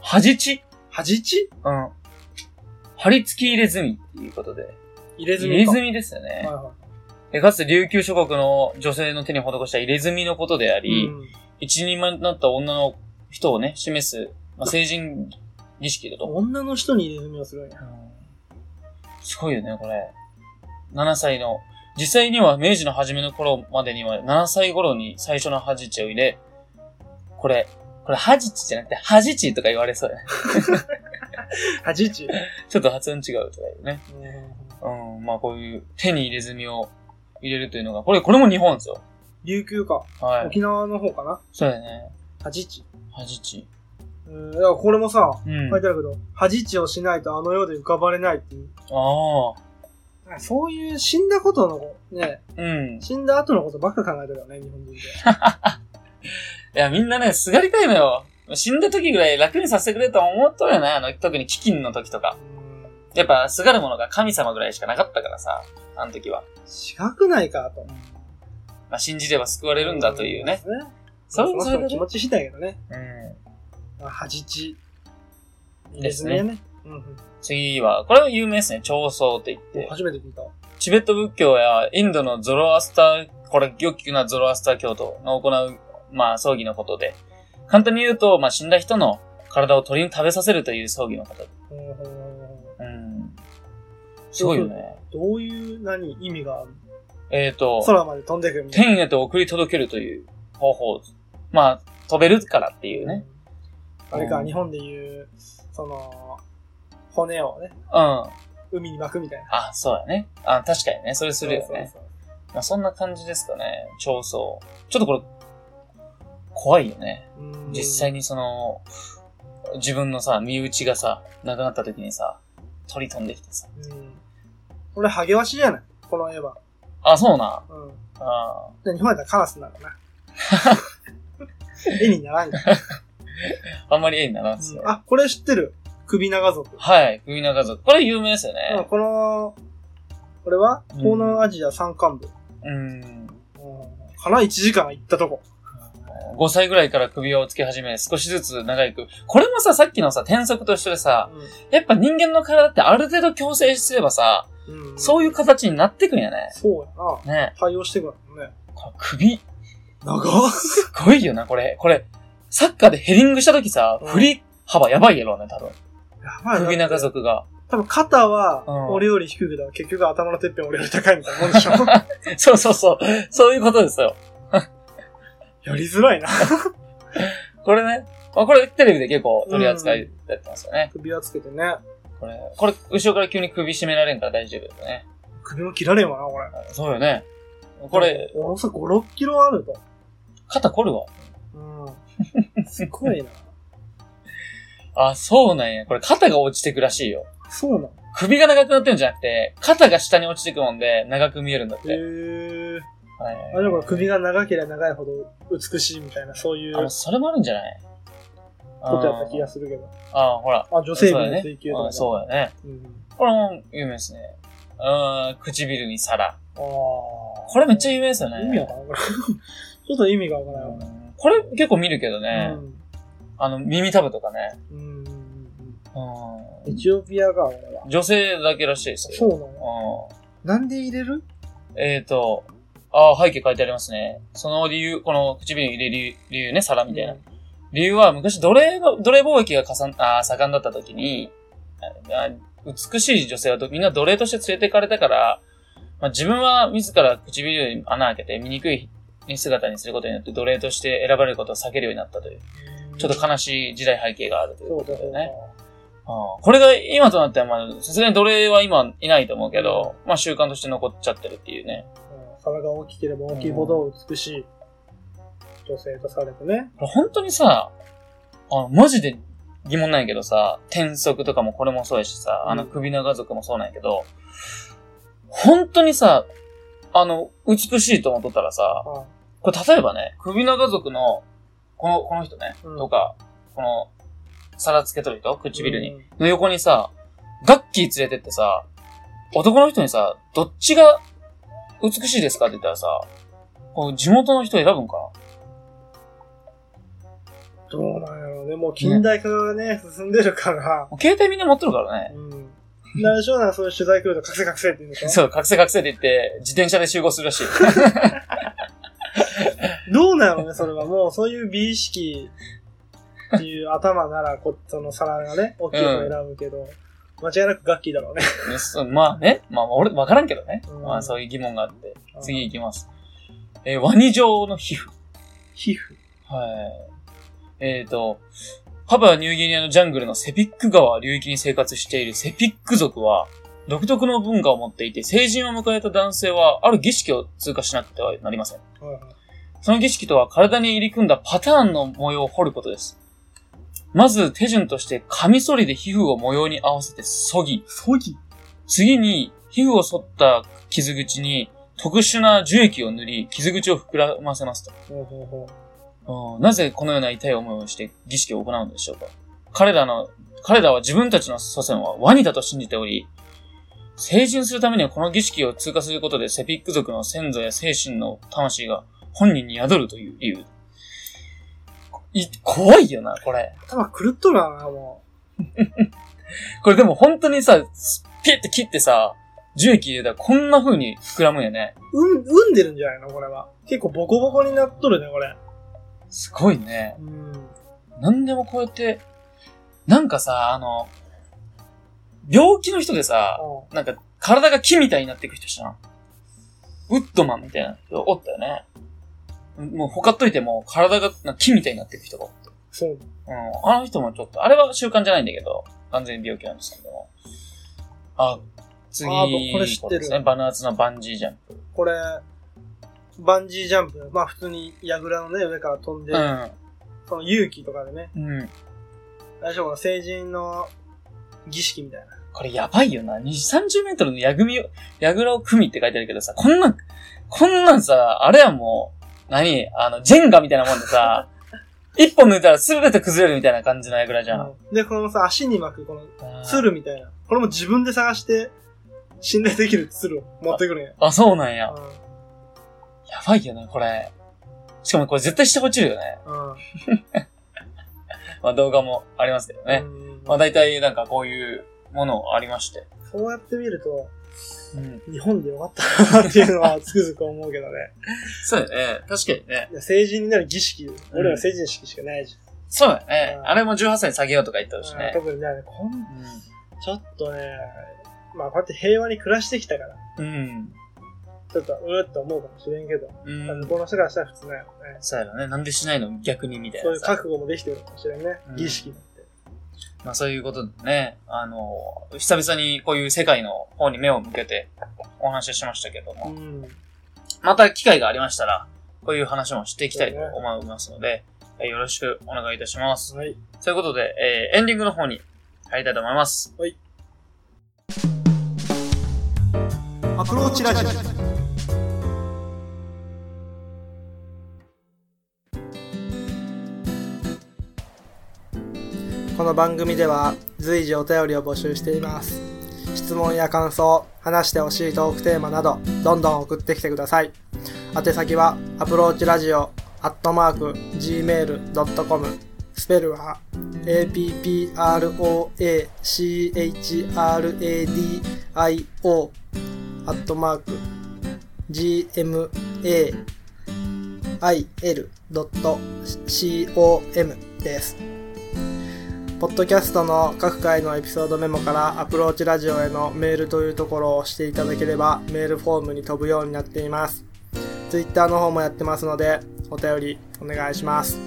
[SPEAKER 1] はじち
[SPEAKER 2] はじち
[SPEAKER 1] うん。張り付き入れ墨っていうことで。
[SPEAKER 2] 入れ
[SPEAKER 1] 入
[SPEAKER 2] 墨
[SPEAKER 1] れ
[SPEAKER 2] か。
[SPEAKER 1] 墨ですよね
[SPEAKER 2] はい。は
[SPEAKER 1] でかつて琉球諸国の女性の手に施した入れ墨のことであ
[SPEAKER 2] い。
[SPEAKER 1] り、一人前になった女の人をね、示す、まあ、成人儀式だと。
[SPEAKER 2] 女の人に入れ墨をするんや。
[SPEAKER 1] すごいよね、これ。7歳の、実際には明治の初めの頃までには7歳頃に最初のハジチを入れ、これ、これハジチじゃなくてハジチとか言われそうや [laughs] ね。
[SPEAKER 2] は
[SPEAKER 1] [laughs]
[SPEAKER 2] じち。
[SPEAKER 1] ちょっと発音違うとか言うね。
[SPEAKER 2] うん
[SPEAKER 1] うん、まあこういう手に入れ墨を入れるというのが、これ、これも日本ですよ。
[SPEAKER 2] 琉球か。
[SPEAKER 1] はい。
[SPEAKER 2] 沖縄の方かな
[SPEAKER 1] そうだよね。
[SPEAKER 2] 八地。
[SPEAKER 1] はじち。
[SPEAKER 2] うん、だからこれもさ、
[SPEAKER 1] うん。
[SPEAKER 2] 書
[SPEAKER 1] あ
[SPEAKER 2] いてあるけど、恥地をしないとあの世で浮かばれないっていう。
[SPEAKER 1] あ。
[SPEAKER 2] そういう死んだことの、ね、
[SPEAKER 1] うん。い
[SPEAKER 2] 死んだ後のことばっか考えてるよね、日本人って。
[SPEAKER 1] や、みんなね、すがりたいのよ。死んだ時ぐらい楽にさせてくれとは思っとるよね。あの、特に飢饉の時とか。
[SPEAKER 2] うん
[SPEAKER 1] やっぱ、すがるものが神様ぐらいしかなかったからさ、あの時は。
[SPEAKER 2] 違くないかと。
[SPEAKER 1] まあ、信じれば救われるんだというね。。
[SPEAKER 2] そ
[SPEAKER 1] そうう
[SPEAKER 2] そ
[SPEAKER 1] そうれ
[SPEAKER 2] の
[SPEAKER 1] で
[SPEAKER 2] 気
[SPEAKER 1] ね
[SPEAKER 2] 持ち次第やけどね。
[SPEAKER 1] うん。
[SPEAKER 2] まあ恥地。いい
[SPEAKER 1] ですね
[SPEAKER 2] ね。うんうん。
[SPEAKER 1] 次は、これは有名ですね。長僧って言って。
[SPEAKER 2] 初めて聞いた。
[SPEAKER 1] チベット仏教やインドのゾロアスター、これ、よく聞くのはゾロアスター教徒の行う、まあ、葬儀のことで、簡単に言うと、まあ、死んだ人の体を鳥に食べさせるという葬儀のこと。
[SPEAKER 2] うんうんうん
[SPEAKER 1] うん。すごいよね。
[SPEAKER 2] どういう、何、意味がある
[SPEAKER 1] えっ、と、
[SPEAKER 2] 空まで飛んでくるみたい
[SPEAKER 1] 天へと送り届けるという方法。まあ、飛べるからっていう
[SPEAKER 2] な。
[SPEAKER 1] ね。
[SPEAKER 2] あれか、
[SPEAKER 1] うん
[SPEAKER 2] 日本でいう、その、骨をね、
[SPEAKER 1] うん。あ、
[SPEAKER 2] 海に巻くみたいな。
[SPEAKER 1] そうやね。あ、確かにね。それするよね。
[SPEAKER 2] そう
[SPEAKER 1] まあ、そんな感じですかね。長僧。ちょっとこれ、怖いよね。
[SPEAKER 2] そうそう。
[SPEAKER 1] 実際
[SPEAKER 2] に。
[SPEAKER 1] にその、自分のさ、身内がさ、亡くなった時にさ、鳥飛んできてさ。
[SPEAKER 2] うん。これ、ハゲワシじゃないこの絵は。
[SPEAKER 1] あ、そうな。
[SPEAKER 2] うん。
[SPEAKER 1] あ
[SPEAKER 2] で日本やったらカラスなのかな。 [laughs] 絵になら
[SPEAKER 1] [laughs]
[SPEAKER 2] んか、
[SPEAKER 1] あ。あんまり絵にならんですよ。
[SPEAKER 2] あ、これ知ってる。首長族。
[SPEAKER 1] はい。首長家族。これ有名ですよ
[SPEAKER 2] うん
[SPEAKER 1] ね。
[SPEAKER 2] この、これは
[SPEAKER 1] うん
[SPEAKER 2] 東南アジア山間部。
[SPEAKER 1] うん。
[SPEAKER 2] うん。かな ?1 時間行ったとこ。
[SPEAKER 1] 5歳ぐらいから首輪をつけ始め、少しずつ長いく。これもさ、さっきのさ、転足と一緒でさ、やっぱ人間の体ってある程度矯正すればさ、
[SPEAKER 2] うん。うん
[SPEAKER 1] そういう形になってくんやね。
[SPEAKER 2] そうやな。
[SPEAKER 1] ね。
[SPEAKER 2] 対応してくるもんね。
[SPEAKER 1] これ首、
[SPEAKER 2] 長っ
[SPEAKER 1] [laughs] すごいよな、これ。これ、サッカーでヘディングした時さ、
[SPEAKER 2] うん
[SPEAKER 1] 振り幅やばいやろうね、多分。
[SPEAKER 2] やばいな。
[SPEAKER 1] 首長。族が。
[SPEAKER 2] 多分肩は
[SPEAKER 1] うん
[SPEAKER 2] 俺より低くだ。結局頭のてっぺん俺より高いみたいなもんで
[SPEAKER 1] [laughs]
[SPEAKER 2] しょ。
[SPEAKER 1] そうそうそう。そういうことですよ。
[SPEAKER 2] やりづらいな。
[SPEAKER 1] これね。まあ、これテレビで結構取り扱いやってますよね。
[SPEAKER 2] 首輪つけてね。
[SPEAKER 1] これ、これ、後ろから急に首絞められんから大丈夫だね。
[SPEAKER 2] 首も切られんわな、これ。
[SPEAKER 1] そうよね。これ、
[SPEAKER 2] 重さ5、6キロあると。
[SPEAKER 1] 肩凝るわ。
[SPEAKER 2] うん。すごいな。
[SPEAKER 1] あ、そうなんや。これ肩が落ちてくらしいよ。
[SPEAKER 2] そうなの
[SPEAKER 1] 首が長くなってるんじゃなくて、肩が下に落ちてくもんで、長く見えるんだっ
[SPEAKER 2] へ
[SPEAKER 1] て。
[SPEAKER 2] ー。
[SPEAKER 1] はい
[SPEAKER 2] あれだから首が長ければ長いほど美しいみたいな、そういう
[SPEAKER 1] あの
[SPEAKER 2] こ
[SPEAKER 1] それもあるんじゃない
[SPEAKER 2] とやった気がするけど。
[SPEAKER 1] あーあー、ほら。
[SPEAKER 2] あ、女性美の
[SPEAKER 1] そう
[SPEAKER 2] 追求
[SPEAKER 1] や
[SPEAKER 2] とか
[SPEAKER 1] ね。
[SPEAKER 2] ね
[SPEAKER 1] あそうやね。
[SPEAKER 2] うん。
[SPEAKER 1] これも有名ですね。うん、唇に皿。
[SPEAKER 2] ああ。
[SPEAKER 1] これめっちゃ
[SPEAKER 2] い
[SPEAKER 1] 有名ですよね。
[SPEAKER 2] 意味わからん [laughs] これちょっと意味がわからんわ
[SPEAKER 1] これ結構見るけどね。
[SPEAKER 2] うん
[SPEAKER 1] あの、耳たぶとかね。
[SPEAKER 2] うんうんうんう。
[SPEAKER 1] うん
[SPEAKER 2] エ
[SPEAKER 1] ん
[SPEAKER 2] チオピアが、俺は。
[SPEAKER 1] 女性だけらしいです
[SPEAKER 2] そ
[SPEAKER 1] よ。
[SPEAKER 2] うなのなんで入れる
[SPEAKER 1] うんえっ、と、ああ、背景書いてありますね。その理由、この唇に入れる理由理由ね、皿みたいな。。理由は昔奴隷が、奴隷貿易がかさんあー盛んだった時に、ああ美しい女性はどみんな奴隷として連れて行かれたから、まあ、自分は自ら唇に穴開けて醜い姿にすることによって奴隷として選ばれることを避けるようになったという、ちょっと悲しい時代背景があるという
[SPEAKER 2] そ
[SPEAKER 1] こ
[SPEAKER 2] う
[SPEAKER 1] と
[SPEAKER 2] だ
[SPEAKER 1] で
[SPEAKER 2] そう
[SPEAKER 1] ね
[SPEAKER 2] だ。。
[SPEAKER 1] ああこれが今となっては、まあ、さすがに奴隷は今いないと思うけど、まあ習慣として残っちゃってるっていうね。
[SPEAKER 2] うん皿が大きければ大きいほど美しい女性とされてね。
[SPEAKER 1] これ本当にさ、あの、マジで疑問なんやけどさ、転職とかもこれもそうやしさ、あの首長族もそうなんやけど、本当にさ、あの、美しいと思っとったらさ、
[SPEAKER 2] あ
[SPEAKER 1] これ例えばね、首長族の、この、この人ね、
[SPEAKER 2] うん
[SPEAKER 1] とか、この、皿つけとる人唇に。
[SPEAKER 2] うん
[SPEAKER 1] の横にさ、ガッキー連れてってさ、男の人にさ、どっちが美しいですかって言ったらさ、こう地元の人選ぶんか
[SPEAKER 2] どうなんやろうね。もう近代化がね、進んでるから。
[SPEAKER 1] な携帯みんな持ってるからね。
[SPEAKER 2] うん。何でしょうな、そういう取材来ると、隠せ隠せって言うんでし
[SPEAKER 1] [laughs]
[SPEAKER 2] ょ
[SPEAKER 1] そう、覚醒覚醒って言って、自転車で集合するらし
[SPEAKER 2] [laughs]
[SPEAKER 1] い。
[SPEAKER 2] どうなのね、それは。もう、そういう美意識っていう頭なら、こその皿がね、大きいのを選ぶけど、間違いなくガッキーだろうね。
[SPEAKER 1] ねそうまあね、まあ俺、わからんけどね。
[SPEAKER 2] うん
[SPEAKER 1] まあそういう疑問があって。次行きます。えーワニ状の皮膚。
[SPEAKER 2] 皮膚。
[SPEAKER 1] はい。えっ、と、パパニューギニアのジャングルのセピック川流域に生活しているセピック族は、独特の文化を持っていて、成人を迎えた男性は、ある儀式を通過しなくてはなりません。
[SPEAKER 2] はいはい。
[SPEAKER 1] その儀式とは体に入り組んだパターンの模様を彫ることです。まず手順として、カミソリで皮膚を模様に合わせて削ぎ、
[SPEAKER 2] そうき。
[SPEAKER 1] 次に皮膚を剃った傷口に特殊な樹液を塗り、傷口を膨らませますと。
[SPEAKER 2] ほうほうほ
[SPEAKER 1] うんなぜこのような痛い思いをして儀式を行うのでしょうか彼らの、彼らは自分たちの祖先はワニだと信じており、成人するためにはこの儀式を通過することでセピック族の先祖や精神の魂が本人に宿るという理由。い、怖いよな、これ。
[SPEAKER 2] う。頭狂っとるわな、も
[SPEAKER 1] これでも本当にさ、ピッて切ってさ、樹液入れたらこんな風に膨らむよね。
[SPEAKER 2] う。うん、産んでるんじゃないのこれは。結構ボコボコになっとるね、これ。
[SPEAKER 1] すごいね。
[SPEAKER 2] うん。
[SPEAKER 1] なんでもこうやって、なんかさ、あの、病気の人でさ、
[SPEAKER 2] う
[SPEAKER 1] なんか、体が木みたいになっていく人じゃん。ウッドマンみたいな人おったよね。もう他っといても、体がなんか木みたいになっていく人がおった。
[SPEAKER 2] ん。そう。
[SPEAKER 1] うん。あの人もちょっと、あれは習慣じゃないんだけど、完全に病気なんですけども。あ、次、
[SPEAKER 2] あーこれ知ってる
[SPEAKER 1] ですね。バナーツのバンジージャンプ。
[SPEAKER 2] これ、バンジージャンプ。まあ普通に櫓のね、上から飛んで、その勇気とかでね、
[SPEAKER 1] うん。うん。
[SPEAKER 2] 大丈夫成人の儀式みたいな。
[SPEAKER 1] これやばいよな。2、30メートルの矢組を、矢倉を組って書いてあるけどさ、こんなん、こんなんさ、あれはもう、何あの、ジェンガみたいなもんでさ、 [laughs] 一本抜いたら全て崩れるみたいな感じの矢倉じゃん。
[SPEAKER 2] うんで、このさ、足に巻く、この、
[SPEAKER 1] うん
[SPEAKER 2] ツルみたいな。これも自分で探して、信頼できるツルを持ってくるんや。
[SPEAKER 1] あ、そうなんや。や
[SPEAKER 2] う
[SPEAKER 1] ばいよな、これ。しかもこれ絶対して落ちるよね。
[SPEAKER 2] ん。うん。
[SPEAKER 1] まあ動画もありますけどね。
[SPEAKER 2] うん
[SPEAKER 1] まあ大体なんかこういうものありまして。
[SPEAKER 2] そうやって見ると、
[SPEAKER 1] うん。
[SPEAKER 2] 日本でよかったなっていうのはつくづく思うけどね。
[SPEAKER 1] [laughs] そうだよね。確かにね。
[SPEAKER 2] いや成人になる儀式、俺ら成人式しかないじ
[SPEAKER 1] そうだよね。
[SPEAKER 2] うん
[SPEAKER 1] あれも18歳に下げようとか言って
[SPEAKER 2] ゃ
[SPEAKER 1] ほしい
[SPEAKER 2] ん。
[SPEAKER 1] ね。
[SPEAKER 2] 特にね、こんちょっとね、まあこうやって平和に暮らしてきたから、
[SPEAKER 1] うん。
[SPEAKER 2] ちょっとうーっと思うかもしれんけど、
[SPEAKER 1] うん。うん
[SPEAKER 2] 向こうの人からしたら普通なんやろね。
[SPEAKER 1] そうやろね。なんでしないの逆にみたい
[SPEAKER 2] そうい
[SPEAKER 1] な
[SPEAKER 2] う
[SPEAKER 1] さ。
[SPEAKER 2] 覚悟もできてるかもしれんね。
[SPEAKER 1] うん
[SPEAKER 2] 儀式だって。
[SPEAKER 1] まあそういうことでね、あの、久々にこういう世界の方に目を向けてお話ししましたけど
[SPEAKER 2] う
[SPEAKER 1] も、
[SPEAKER 2] ん。
[SPEAKER 1] また機会がありましたら、こういう話もしていきたいと思いますので、えよろしくお願いいたします。
[SPEAKER 2] はい。
[SPEAKER 1] ということで、えーエンディングの方に入りたいと思います。
[SPEAKER 2] アプローチラジオ。この番組では随時お便りを募集しています。質問や感想、話してほしいトークテーマなど、どんどん送ってきてください。宛先は、アプローチラジオ、アットマーク、gmail.com、スペルは、approachradio、アットマーク、gmail.com です。ポッドキャストの各回のエピソードメモからアプローチラジオへのメールというところを押していただければメールフォームに飛ぶようになっています。ツイッターの方もやってますのでお便りお願いします。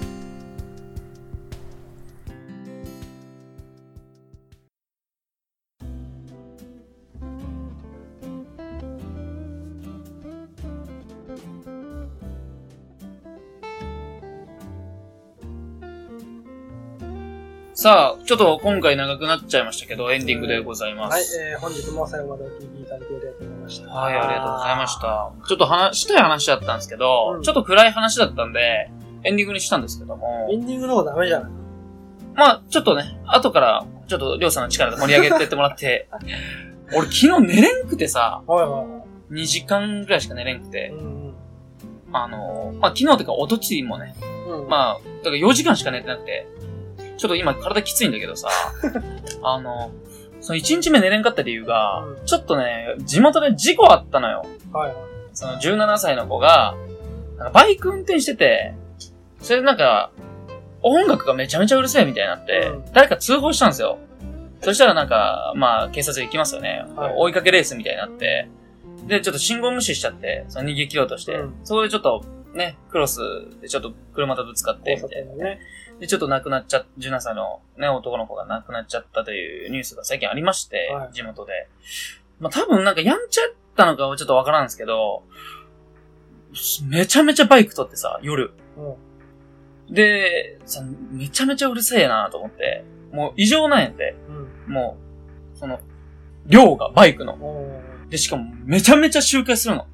[SPEAKER 1] さあ、ちょっと今回長くなっちゃいましたけど、エンディングでございま
[SPEAKER 2] はい
[SPEAKER 1] す。、
[SPEAKER 2] えー、本日も最後までお聞きいただきありがとうございました。
[SPEAKER 1] はい、ありがとうございまし。た。ちょっと話したい話だったんですけど、
[SPEAKER 2] うん
[SPEAKER 1] ちょっと暗い話だったんで、エンディングにしたんですけども。
[SPEAKER 2] エンディングの方ダメじゃない
[SPEAKER 1] まあ、ちょっとね、後から、ちょっと、りょうさんの力で盛り上げてってもらって、 [laughs] 俺昨日寝れんくてさ、
[SPEAKER 2] はいは
[SPEAKER 1] 2時間ぐらいしか寝れんく
[SPEAKER 2] い。
[SPEAKER 1] て
[SPEAKER 2] う、ん
[SPEAKER 1] あのーまあ昨日とかおとついもね、
[SPEAKER 2] うん。うん、
[SPEAKER 1] まあ、だから4時間しか寝てなくて、ちょっと今体きついんだけど [laughs] さ、あのその1日目寝れんかった理由が
[SPEAKER 2] う、ん
[SPEAKER 1] ちょっとね、地元で事故あったのよ。
[SPEAKER 2] はいはい。
[SPEAKER 1] その17歳の子が、なんかバイク運転してて、それでなんか、音楽がめちゃめちゃうるせえみたいになって、
[SPEAKER 2] うん
[SPEAKER 1] 誰か通報したんですよ。そしたらなんか、まあ、警察行きますよね。
[SPEAKER 2] はい
[SPEAKER 1] 追いかけレースみたいになって、で、ちょっと信号無視しちゃって、その逃げ切ろうとして、
[SPEAKER 2] うん
[SPEAKER 1] そこでちょっと、ね、クロスでちょっと車とぶつかって、み
[SPEAKER 2] 交差
[SPEAKER 1] たい
[SPEAKER 2] 点
[SPEAKER 1] な
[SPEAKER 2] で。ね。
[SPEAKER 1] で、ちょっと亡くなっちゃ、17歳のね、男の子が亡くなっちゃったというニュースが最近ありまして、
[SPEAKER 2] はい
[SPEAKER 1] 地元で。まあ、多分なんかやんちゃやったのかはちょっとわからんですけど、めちゃめちゃバイク取ってさ、夜。で、さ、めちゃめちゃうるせえなと思って、もう異常なんやって、
[SPEAKER 2] うん。
[SPEAKER 1] もう、その、量がバイクの。
[SPEAKER 2] うん。
[SPEAKER 1] で、しかもめちゃめちゃ周回するの。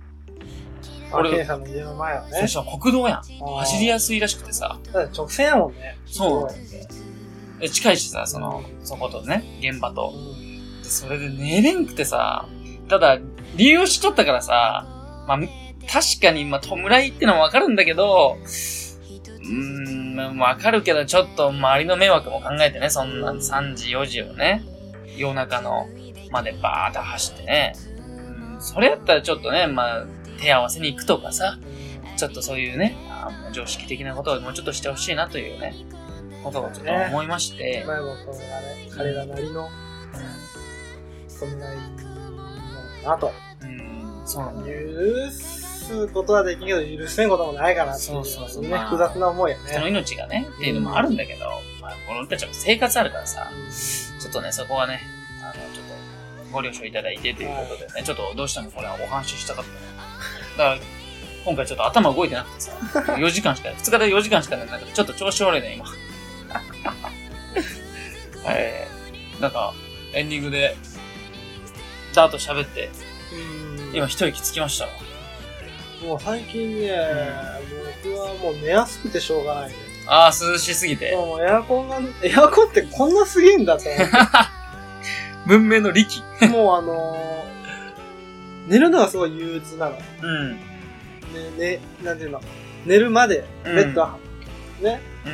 [SPEAKER 2] あ、ケンさんの家の前は
[SPEAKER 1] そ
[SPEAKER 2] ね。
[SPEAKER 1] したら国道やん。
[SPEAKER 2] あー
[SPEAKER 1] 走りやすいらしくてさ、
[SPEAKER 2] だから直線やもんね。
[SPEAKER 1] そう
[SPEAKER 2] すごいね
[SPEAKER 1] で近いしさ、その、そことね、現場と。でそれで寝れんくてさ、ただ、理由を知っとったからさ、まあ、確かに、まあ、弔いってのはわかるんだけど、うーん、まあわかるけど、ちょっと周りの迷惑も考えてね、そんな3時、4時をね、夜中の、までバーって走ってね、うん、それやったらちょっとね、まあ、手合わせに行くとかさ、ちょっとそういうね、あーもう常識的なことをもうちょっとしてほしいなというね、ことをちょっと思いまして、
[SPEAKER 2] 前もそのあれ、彼らなりの、そんな、なと。
[SPEAKER 1] うん、うんそうなんだよ
[SPEAKER 2] 許すことはできんけど、許せんこともないかなってい
[SPEAKER 1] そうそうそう
[SPEAKER 2] ね、
[SPEAKER 1] まあ
[SPEAKER 2] 複雑な思いや
[SPEAKER 1] 人の
[SPEAKER 2] ね。
[SPEAKER 1] 命がね、っていうのもあるんだけど、まあ、俺たちも生活あるからさ、ちょっとね、そこはね、あの、ちょっと、ご了承いただいてということでね、ちょっとどうしてもこれはお話ししたかったの。だから、今回ちょっと頭動いてなくて [laughs] さ、4時間しか、2日で4時間しかないなんかちょっと調子悪い [laughs] ね、今。えー、なんか、エンディングで、ダーと喋って、
[SPEAKER 2] うん
[SPEAKER 1] 今一息つきましたわ。
[SPEAKER 2] もう最近ね、僕はもう寝やすくてしょうがないね。
[SPEAKER 1] あー、涼しすぎて。
[SPEAKER 2] もうエアコンが、エアコンってこんなすげえんだと
[SPEAKER 1] 文明の力。 [laughs]
[SPEAKER 2] 思って。もうあのー寝るのがすごい憂鬱なの。ね、
[SPEAKER 1] うん。
[SPEAKER 2] ね、なんていうの。寝るまで、ベ
[SPEAKER 1] うん
[SPEAKER 2] ッド、ね、
[SPEAKER 1] うん。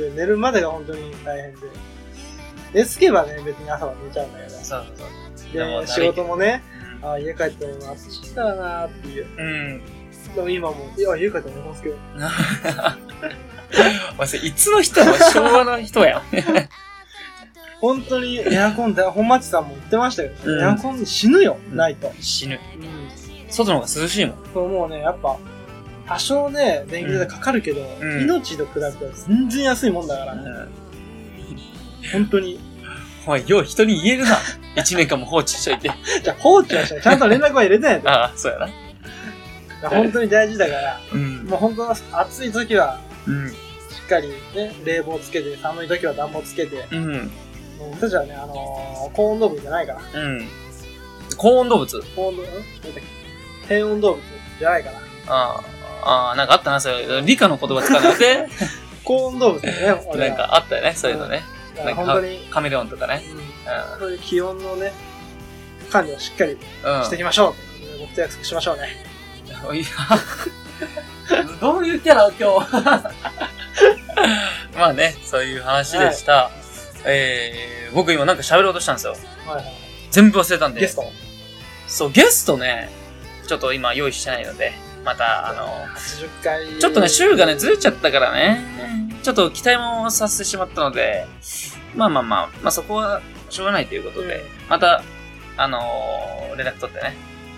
[SPEAKER 2] 行って、寝るまでが本当に大変で。寝つけばね、別に朝は寝ちゃうんだけど。
[SPEAKER 1] そうそうでも
[SPEAKER 2] で、仕事もね、ああ、家帰っても暑いからなーっていう。
[SPEAKER 1] そう。うん。
[SPEAKER 2] でも今もう、いや、家帰っても寝ますけど。
[SPEAKER 1] お前それいつの人やお前昭和の人やん。
[SPEAKER 2] 本当にエアコンだ、本町さんも言ってましたけど、
[SPEAKER 1] うん
[SPEAKER 2] エアコン死ぬよ、
[SPEAKER 1] うん
[SPEAKER 2] ないと。
[SPEAKER 1] [laughs] 死ぬ。
[SPEAKER 2] うん。
[SPEAKER 1] 外の方が涼しいもん。
[SPEAKER 2] そう、もうね、やっぱ、多少ね、電気代かかるけど、
[SPEAKER 1] うん
[SPEAKER 2] 命と比べたら全然安いもんだからね、本当に。
[SPEAKER 1] お前、よう人に言える [laughs] な。一年間も放置しといて。
[SPEAKER 2] じゃあ放置はしない。ちゃんと連絡は入れてないと。
[SPEAKER 1] ああ、そうやな。
[SPEAKER 2] 本当に大事だから、
[SPEAKER 1] うん。
[SPEAKER 2] もう本当暑い時は、
[SPEAKER 1] うん。
[SPEAKER 2] しっかりね、冷房つけて、寒い時は暖房つけて、
[SPEAKER 1] うん。
[SPEAKER 2] もう僕たちはね、あのー、高温動物じゃないから。
[SPEAKER 1] うん。高温動物
[SPEAKER 2] 高温動物、んなんだっけ低温動物じゃないから。
[SPEAKER 1] ああ、ああ、なんかあったな、それ。理科の言葉使わなくて。
[SPEAKER 2] 高温動物だよね、
[SPEAKER 1] [laughs]
[SPEAKER 2] 俺
[SPEAKER 1] な
[SPEAKER 2] ら
[SPEAKER 1] ん。かあったよね、 [laughs] そういうのね。
[SPEAKER 2] だ
[SPEAKER 1] な
[SPEAKER 2] から
[SPEAKER 1] んか
[SPEAKER 2] 本当に、
[SPEAKER 1] カメレオンとかね。
[SPEAKER 2] うん
[SPEAKER 1] う
[SPEAKER 2] そういう気温のね、管理をしっかり
[SPEAKER 1] ん。うん
[SPEAKER 2] していきましょう。僕と約束しましょうね。
[SPEAKER 1] おいや [laughs] どういうキャラ今日 [laughs] まあね、そういう話でした。えー、僕今なんか喋ろうとしたんですよ。
[SPEAKER 2] はいはい。
[SPEAKER 1] 全部忘れたんで。
[SPEAKER 2] ゲスト
[SPEAKER 1] そう、ゲストね、ちょっと今用意してないので、また、あの、
[SPEAKER 2] 80回。
[SPEAKER 1] ちょっとね、週がね、ずれちゃったからね、ちょっと期待もさせてしまったので、まあまあまあ、まあそこはしょうがないということで、また、あのー連絡取ってね、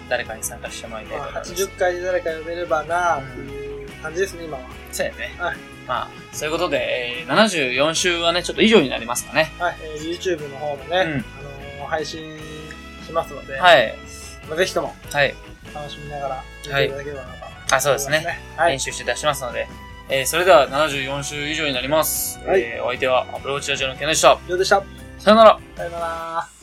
[SPEAKER 1] 誰かに参加してもらいたいと
[SPEAKER 2] まあ
[SPEAKER 1] 思います。
[SPEAKER 2] 80回で誰か呼べればなあっていう感じですね、今は。
[SPEAKER 1] そうやね。
[SPEAKER 2] はい
[SPEAKER 1] まあ、そういうことで、えー74週はね、ちょっと以上になりますかね。
[SPEAKER 2] はい、えー YouTube の方も
[SPEAKER 1] う
[SPEAKER 2] ね、
[SPEAKER 1] ん。
[SPEAKER 2] あのー配信しますので、
[SPEAKER 1] はい。
[SPEAKER 2] まあぜひとも
[SPEAKER 1] はい。
[SPEAKER 2] 楽しみながら見ていただければなと思います。
[SPEAKER 1] あ、そうですね。。
[SPEAKER 2] はい
[SPEAKER 1] 練。習して出しますので。えーそれでは74週以上になります。
[SPEAKER 2] はい
[SPEAKER 1] えーお相手はアプローチラジオのケンでした。
[SPEAKER 2] 以上でした。
[SPEAKER 1] さよなら。
[SPEAKER 2] さよなら。